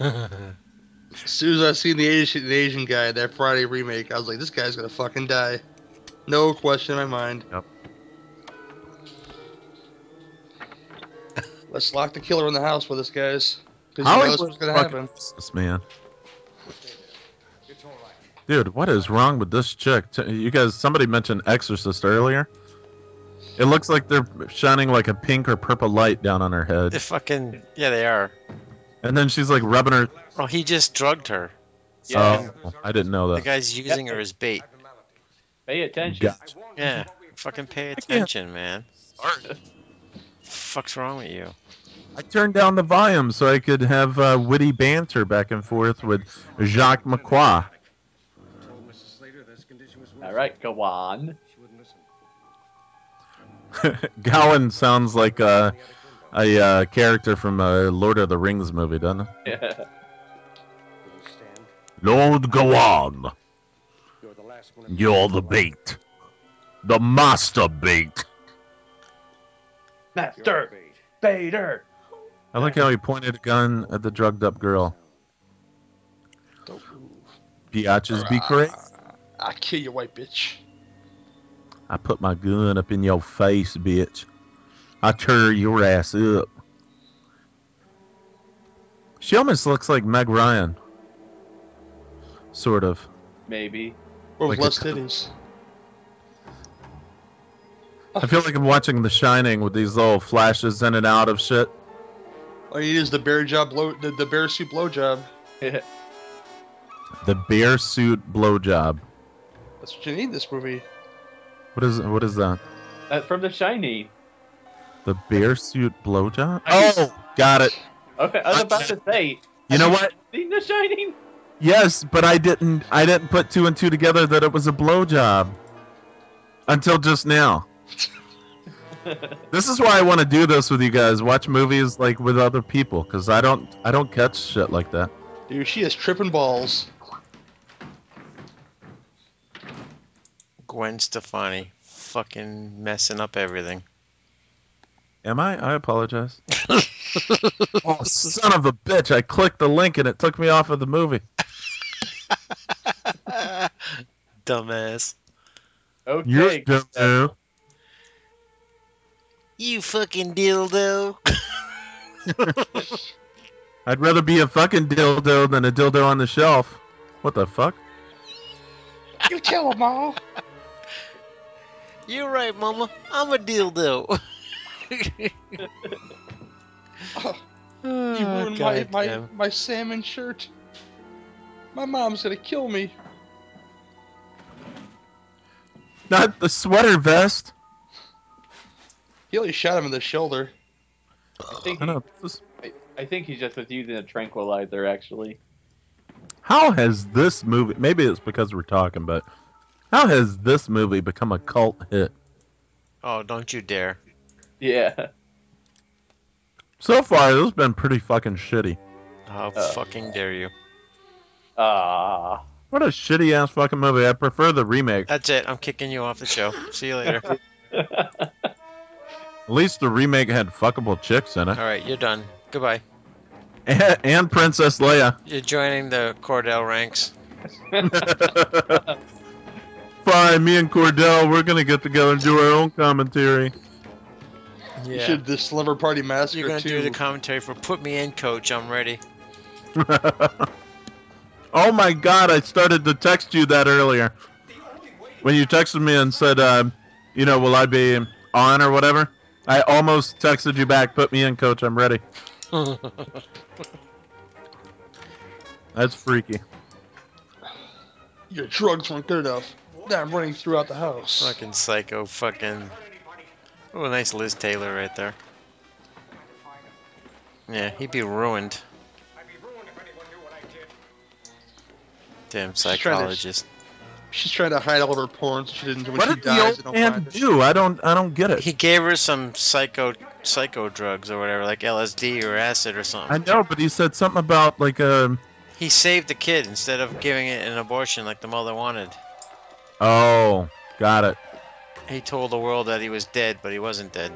As soon as I seen the Asian the Asian guy that Friday remake, I was like, this guy's gonna fucking die. No question in my mind. Yep. Let's lock the killer in the house with us, guys. Because you know that's Hollywood's what's gonna fucking happen. racist, man. It's all right. Dude, what is wrong with this chick? T- You guys, somebody mentioned Exorcist earlier. It looks like they're shining like a pink or purple light down on her They head, fucking yeah, they are. and then she's like rubbing her. Well, he just drugged her. Yeah. Oh, I didn't know The that. guy's using her as bait. Abnormalities. Pay attention. I warned you Yeah. what we Fucking expected. pay attention, man. Fuck's wrong with you? I turned down the volume so I could have uh, witty banter back and forth with Jacques Macquois. Told Mrs. Slater that his condition was All right, go on. worse. She wouldn't listen. Gowan sounds like uh, a uh, character from a Lord of the Rings movie, doesn't it? You'll stand. Lord Gowan, You're the last one. you're the bait, the master bait. You're Master the bait. Bader. I like how he pointed a gun at the drugged up girl. Biatches be crazy. I kill you, white bitch. I put my gun up in your face, bitch. I tear your ass up. She almost looks like Meg Ryan. Sort of. Maybe. Or with Like a less co- titties. I feel like I'm watching The Shining with these little flashes in and out of shit. All you need is the bear job blow, the, the bear suit blowjob. The bear suit blowjob. That's what you need in this movie. What is what is that? That's Uh, from The Shining. The bear suit blowjob? I- Oh, got it. Okay, I was about to say. You know what? Seen The Shining? Yes, but I didn't. I didn't put two and two together that it was a blowjob until just now. this is why I want to do this with you guys. Watch movies like with other people because I don't. I don't catch shit like that. Dude, she is tripping balls. Gwen Stefani, fucking messing up everything. Am I? I apologize. oh, son of a bitch! I clicked the link and it took me off of the movie. Dumbass. You're Okay. dumb, dude. You fucking dildo. I'd rather be a fucking dildo than a dildo on the shelf. What the fuck? You kill them all. You're right, mama. I'm a dildo. You ruined my, my, my salmon shirt. My mom's gonna kill me. Not the sweater vest. He only shot him in the shoulder. I think, I know. This I think he just was using a tranquilizer, actually. How has this movie? Maybe it's because we're talking, but how has this movie become a cult hit? Oh, don't you dare. Yeah. So far, this has been pretty fucking shitty. How Uh. fucking dare you? Ah. What a shitty ass fucking movie. I prefer the remake. At That's it. I'm kicking you off the show. See you later. least the remake had fuckable chicks in it. All right, you're done. Goodbye. And, and Princess Leia. You're joining the Cordell ranks. Fine, me and Cordell, we're gonna get together and do our own commentary. You should the Slumber Party Massacre You're going to too. do the commentary for Put Me In, Coach. I'm ready. Oh my god, I started to text you that earlier. When you texted me and said, um, you know, will I be on or whatever? I almost texted you back, put me in, coach, I'm ready. That's freaky. Your drugs weren't good enough. Now I'm running throughout the house. Fucking psycho. Fucking. Oh, nice Liz Taylor right there. Yeah, he'd be ruined. I'd be ruined if anyone knew what I did. Damn trying to- psychologist. She's trying to hide all of her porn so she didn't. When what she did the dies, they old don't man find it. do? I don't I don't get it. He gave her some psycho psycho drugs or whatever, like LSD or acid or something. I know, but he said something about like um He saved the kid instead of giving it an abortion like the mother wanted. oh, got it. He told the world that he was dead, but he wasn't dead.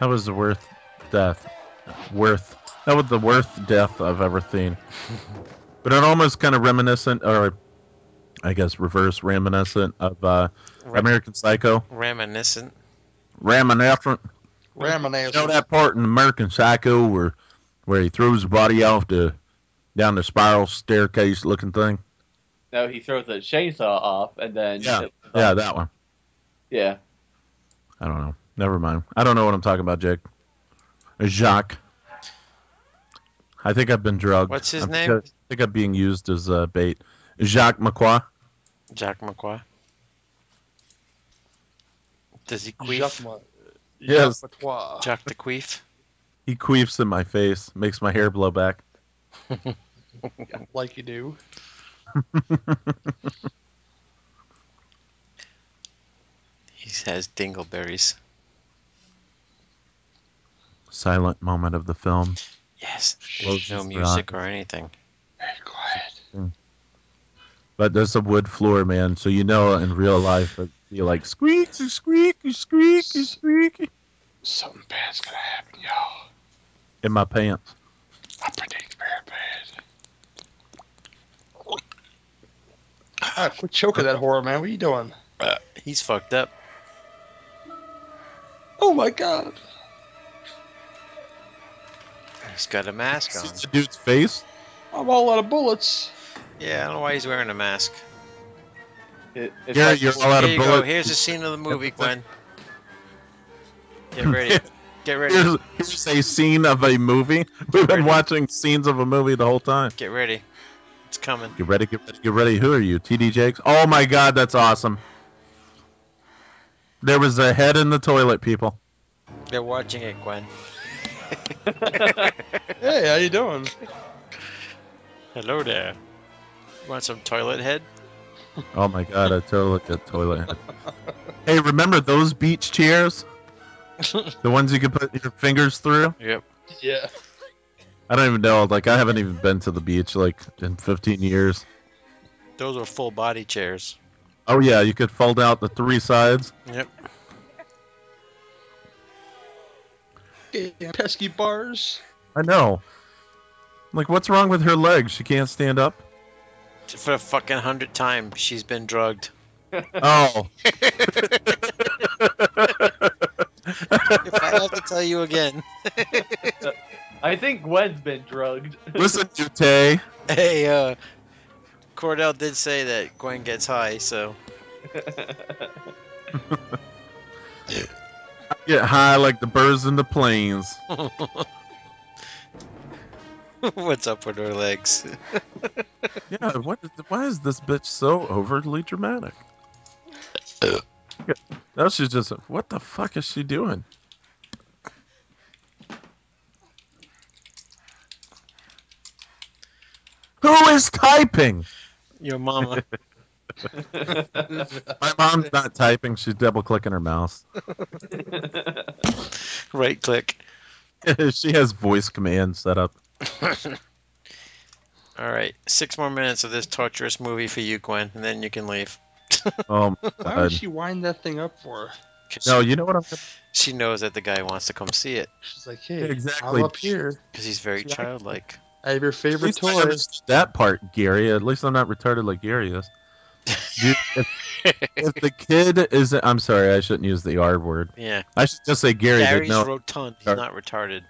That was the worst death. Worth. That was the worst death I've ever seen. but it almost kind of reminiscent, or I guess reverse reminiscent of uh, Re- American Psycho. Reminiscent. Reminiscent. Ramming You ass. know that part in American Psycho where where he throws the body off the down the spiral staircase looking thing? No, he throws the chainsaw off and then. Yeah. Yeah, that one. Yeah. I don't know. Never mind. I don't know what I'm talking about, Jake. Jacques. I think I've been drugged. What's his I name? Think I, I think I'm being used as uh, bait. Jacques McCoy. Jack McQuay. Does he queef? Jacques Ma- Yes. Jacques Matois. Jack the queef? He queefs in my face, makes my hair blow back. like you do. He has dingleberries. Silent moment of the film. Yes. Closes There's no the music or anything. Quiet. But there's a wood floor, man, so you know in real life it'd be like squeaky, squeaky, squeaky, squeaky Something bad's gonna happen, y'all. in my pants. I predict very bad. Ah, quit choking that horror, man. What are you doing? He's fucked up. Oh my god. He's got a mask on. See the dude's face? I'm all out of bullets. Yeah, I don't know why he's wearing a mask. It, it's Gary, like- you're all out Here of you go. bullets. Here's a scene of the movie, Gwen. Get ready. Get ready. Here's, here's a scene of a movie. We've been watching scenes of a movie the whole time. Get ready. It's coming. Get ready, get ready, get ready. Who are you? TD Jakes? Oh my god, that's awesome. There was a head in the toilet, people. They're watching it, Gwen. Hey, how you doing? Hello there. You want some toilet head? Oh my god, I totally got toilet head. hey, remember those beach chairs? the ones you could put your fingers through? Yep. Yeah. I don't even know. Like, I haven't even been to the beach, like, in 15 years. Those are full body chairs. Oh yeah, you could fold out the three sides. Yep. Goddamn Pesky bars. I know. Like, what's wrong with her legs? She can't stand up? For a fucking hundred times, she's been drugged. Oh. If I have to tell you again. I think Gwen's been drugged. Listen, Jute. Hey, uh, Cordell did say that Gwen gets high, so Get high like the birds in the planes. what's up with her legs? Yeah, what is, why is this bitch so overly dramatic? now she's just, what the fuck is she doing? Who is typing? Your mama. My mom's not typing. She's double clicking her mouse. right click. she has voice commands set up. All right, six more minutes of this torturous movie for you, Gwen, and then you can leave. Oh, my Why God. would she wind that thing up for? 'Cause no, you know what I'm she knows that the guy wants to come see it She's like, hey, Exactly. I'm up here. because he's very Yeah. childlike. I have your At favorite least I toy. understood that part, Gary. At least I'm not retarded like Gary is. You- if, if the kid isn't, I'm sorry, I shouldn't use the R word. Yeah, I should just say Gary. Gary's Did, no, rotund. He's Sorry. not retarded.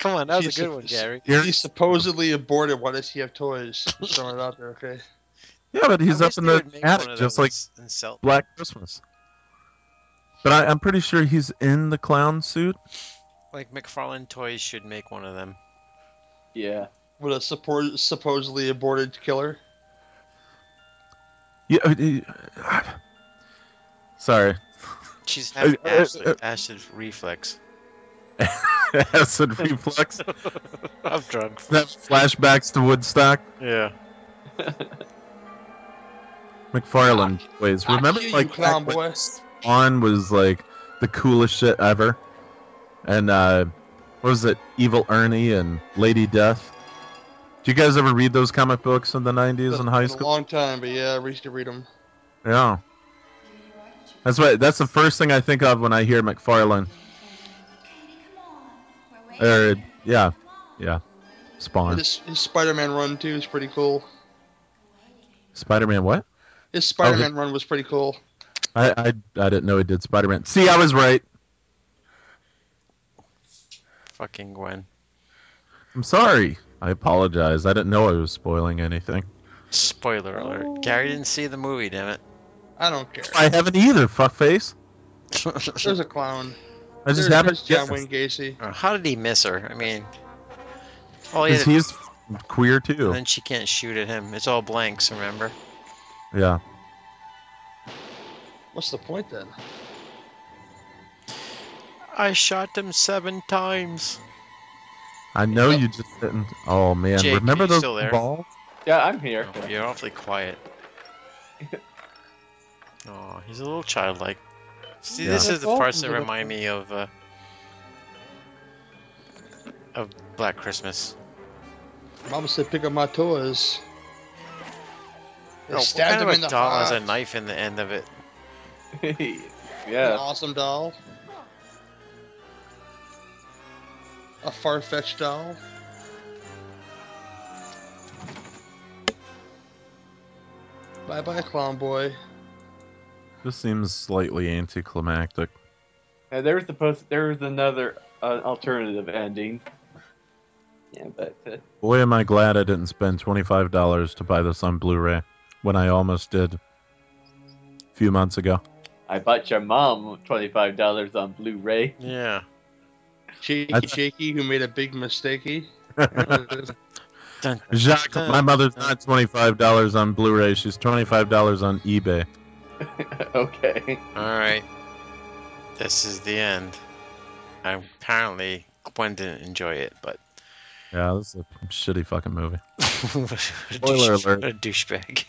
Come on, that was She's a good a- one, Gary. He supposedly aborted. Why does he have toys? Just throwing it out there, okay? yeah, but he's I up wish in they would the make one attic, of just like those and sell. Black Christmas. But I, I'm pretty sure he's in the clown suit. Like McFarlane Toys should make one of them. Yeah. With a support, supposedly aborted killer. Yeah. uh, uh, Sorry, She's having uh, acid, uh, acid reflex. acid reflux. I'm drunk. That flashbacks to Woodstock. Yeah. McFarland toys. I Remember, hear you, like clown back when boy. on was like the coolest shit ever. And uh what was it? Evil Ernie and Lady Death. Do you guys ever read those comic books in the nineties in high Been A school? long time, but yeah, we used to read them. Yeah. That's what that's the first thing I think of when I hear McFarlane. Or yeah. Yeah. Spawn. His, his Spider-Man run too is pretty cool. Spider Man what? His Spider-Man run was pretty cool. I, I I didn't know he did Spider Man. See I was right. Fucking Gwen. I'm sorry. I apologize. I didn't know I was spoiling anything. Spoiler alert. Gary didn't see the movie, damn I don't care. I haven't either, fuckface. it. There's a clown. I just There's- happened there's to John guess Wayne Gacy. How did he miss her? I mean, all he had because to- he's queer too. and then she can't shoot at him. It's all blanks, remember? Yeah. What's the point then? I shot him seven times. I know you just didn't. Oh man, Jake, remember are you those still there? balls? Yeah, I'm here. Oh, you're awfully quiet. Oh, he's a little childlike. See, this Yeah. is the parts that remind me of uh, of Black Christmas. Mama said, "Pick up my toys." They Oh, what stabbed kind him of in a the doll has heart. a knife in the end of it? An yeah. awesome doll. A far-fetched doll. Bye bye, clown boy. This seems slightly anticlimactic. And there's supposed there's another uh, alternative ending. Yeah, but uh, Boy, am I glad I didn't spend twenty-five dollars to buy this on Blu-ray when I almost did a few months ago. I bought your mom twenty five dollars on Blu-ray. Yeah. Jakey, That's- Jakey, who made a big mistakey. Dun, Jacques, Uh, my mother's not twenty-five dollars on Blu-ray. She's twenty-five dollars on eBay. okay. All right. This is the end. Apparently, Gwen didn't enjoy it, but Yeah, this is a shitty fucking movie. Spoiler alert. A douchebag.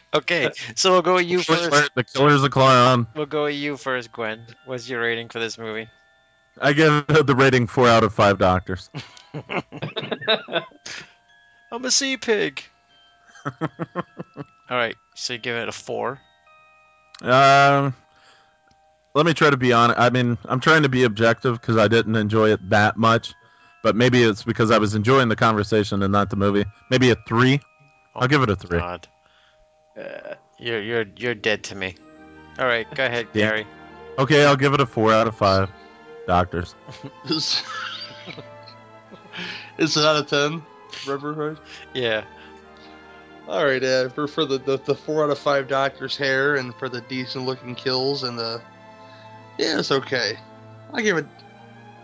okay, so we'll go with you Spoiler first. alert, The killer's a clown. We'll go with you first, Gwen. What's your rating for this movie? I give it the rating four out of five doctors. Uh, I'm a sea pig. All right, so you give it a four. Um, let me try to be honest. I mean, I'm trying to be objective because I didn't enjoy it that much, but maybe it's because I was enjoying the conversation and not the movie. Maybe a three. I'll give it a three. God, Uh, you're you're you're dead to me. All right, go ahead, Yeah. Gary. Okay, I'll give it a four out of five. Doctors. is, is it out of ten? Riverhood. Yeah, All right, uh, for, for the, the the four out of five doctors' hair, and for the decent looking kills, and the yeah, it's okay. I give it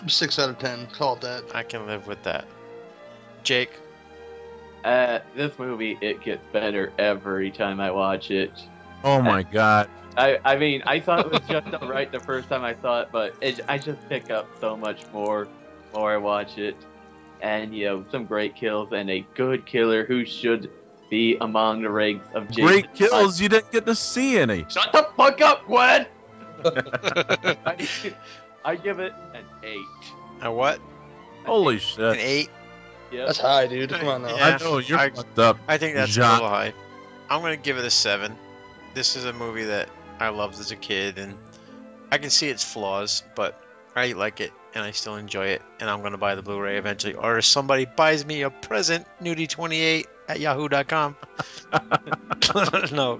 six out of ten. Call it that. I can live with that. Jake, uh, this movie it gets better every time I watch it. Oh my god. I, I mean, I thought it was just alright the first time I saw it, but it, I just pick up so much more the more I watch it. And, you know, some great kills and a good killer who should be among the ranks of Jason. Great kills. You didn't get to see any. Shut the fuck up, Gwen! I, I give it an 8. A what? Holy An shit! eight? Yep. That's high, dude. Come on now. Yeah. I know you're I- fucked up. I think that's Jacques. a little high. I'm gonna give it a seven. This is a movie that I loved as a kid, and I can see its flaws, but I like it and I still enjoy it. And I'm gonna buy the Blu-ray eventually, or if somebody buys me a present, nudie28 at yahoo.com. no,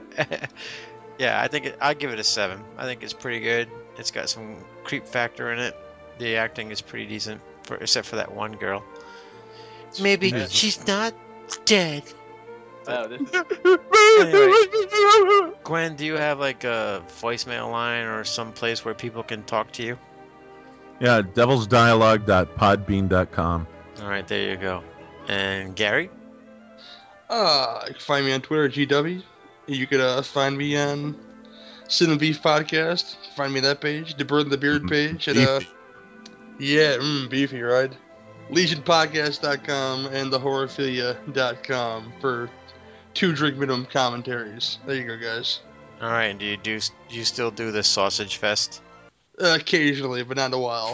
yeah, I think it, I give it a seven. I think it's pretty good. It's got some creep factor in it. The acting is pretty decent, for, except for that one girl. Maybe Jesus. she's not dead. No, this is, Anyway. Gwen, do you have like a voicemail line or some place where people can talk to you? Yeah, devilsdialogue.podbean.com. All right, there you go. And Gary, Uh, you can find me on Twitter at GW. You could uh, find me on Sin and Beef Podcast. Find me that page, the Bird and the Beard page, and uh, yeah, mm, beefy, right? LegionPodcast.com and thehorrorphilia.com for two drink minimum commentaries. There you go, guys. all right, do you do, do you still do the sausage fest? Uh, occasionally, but not in a while.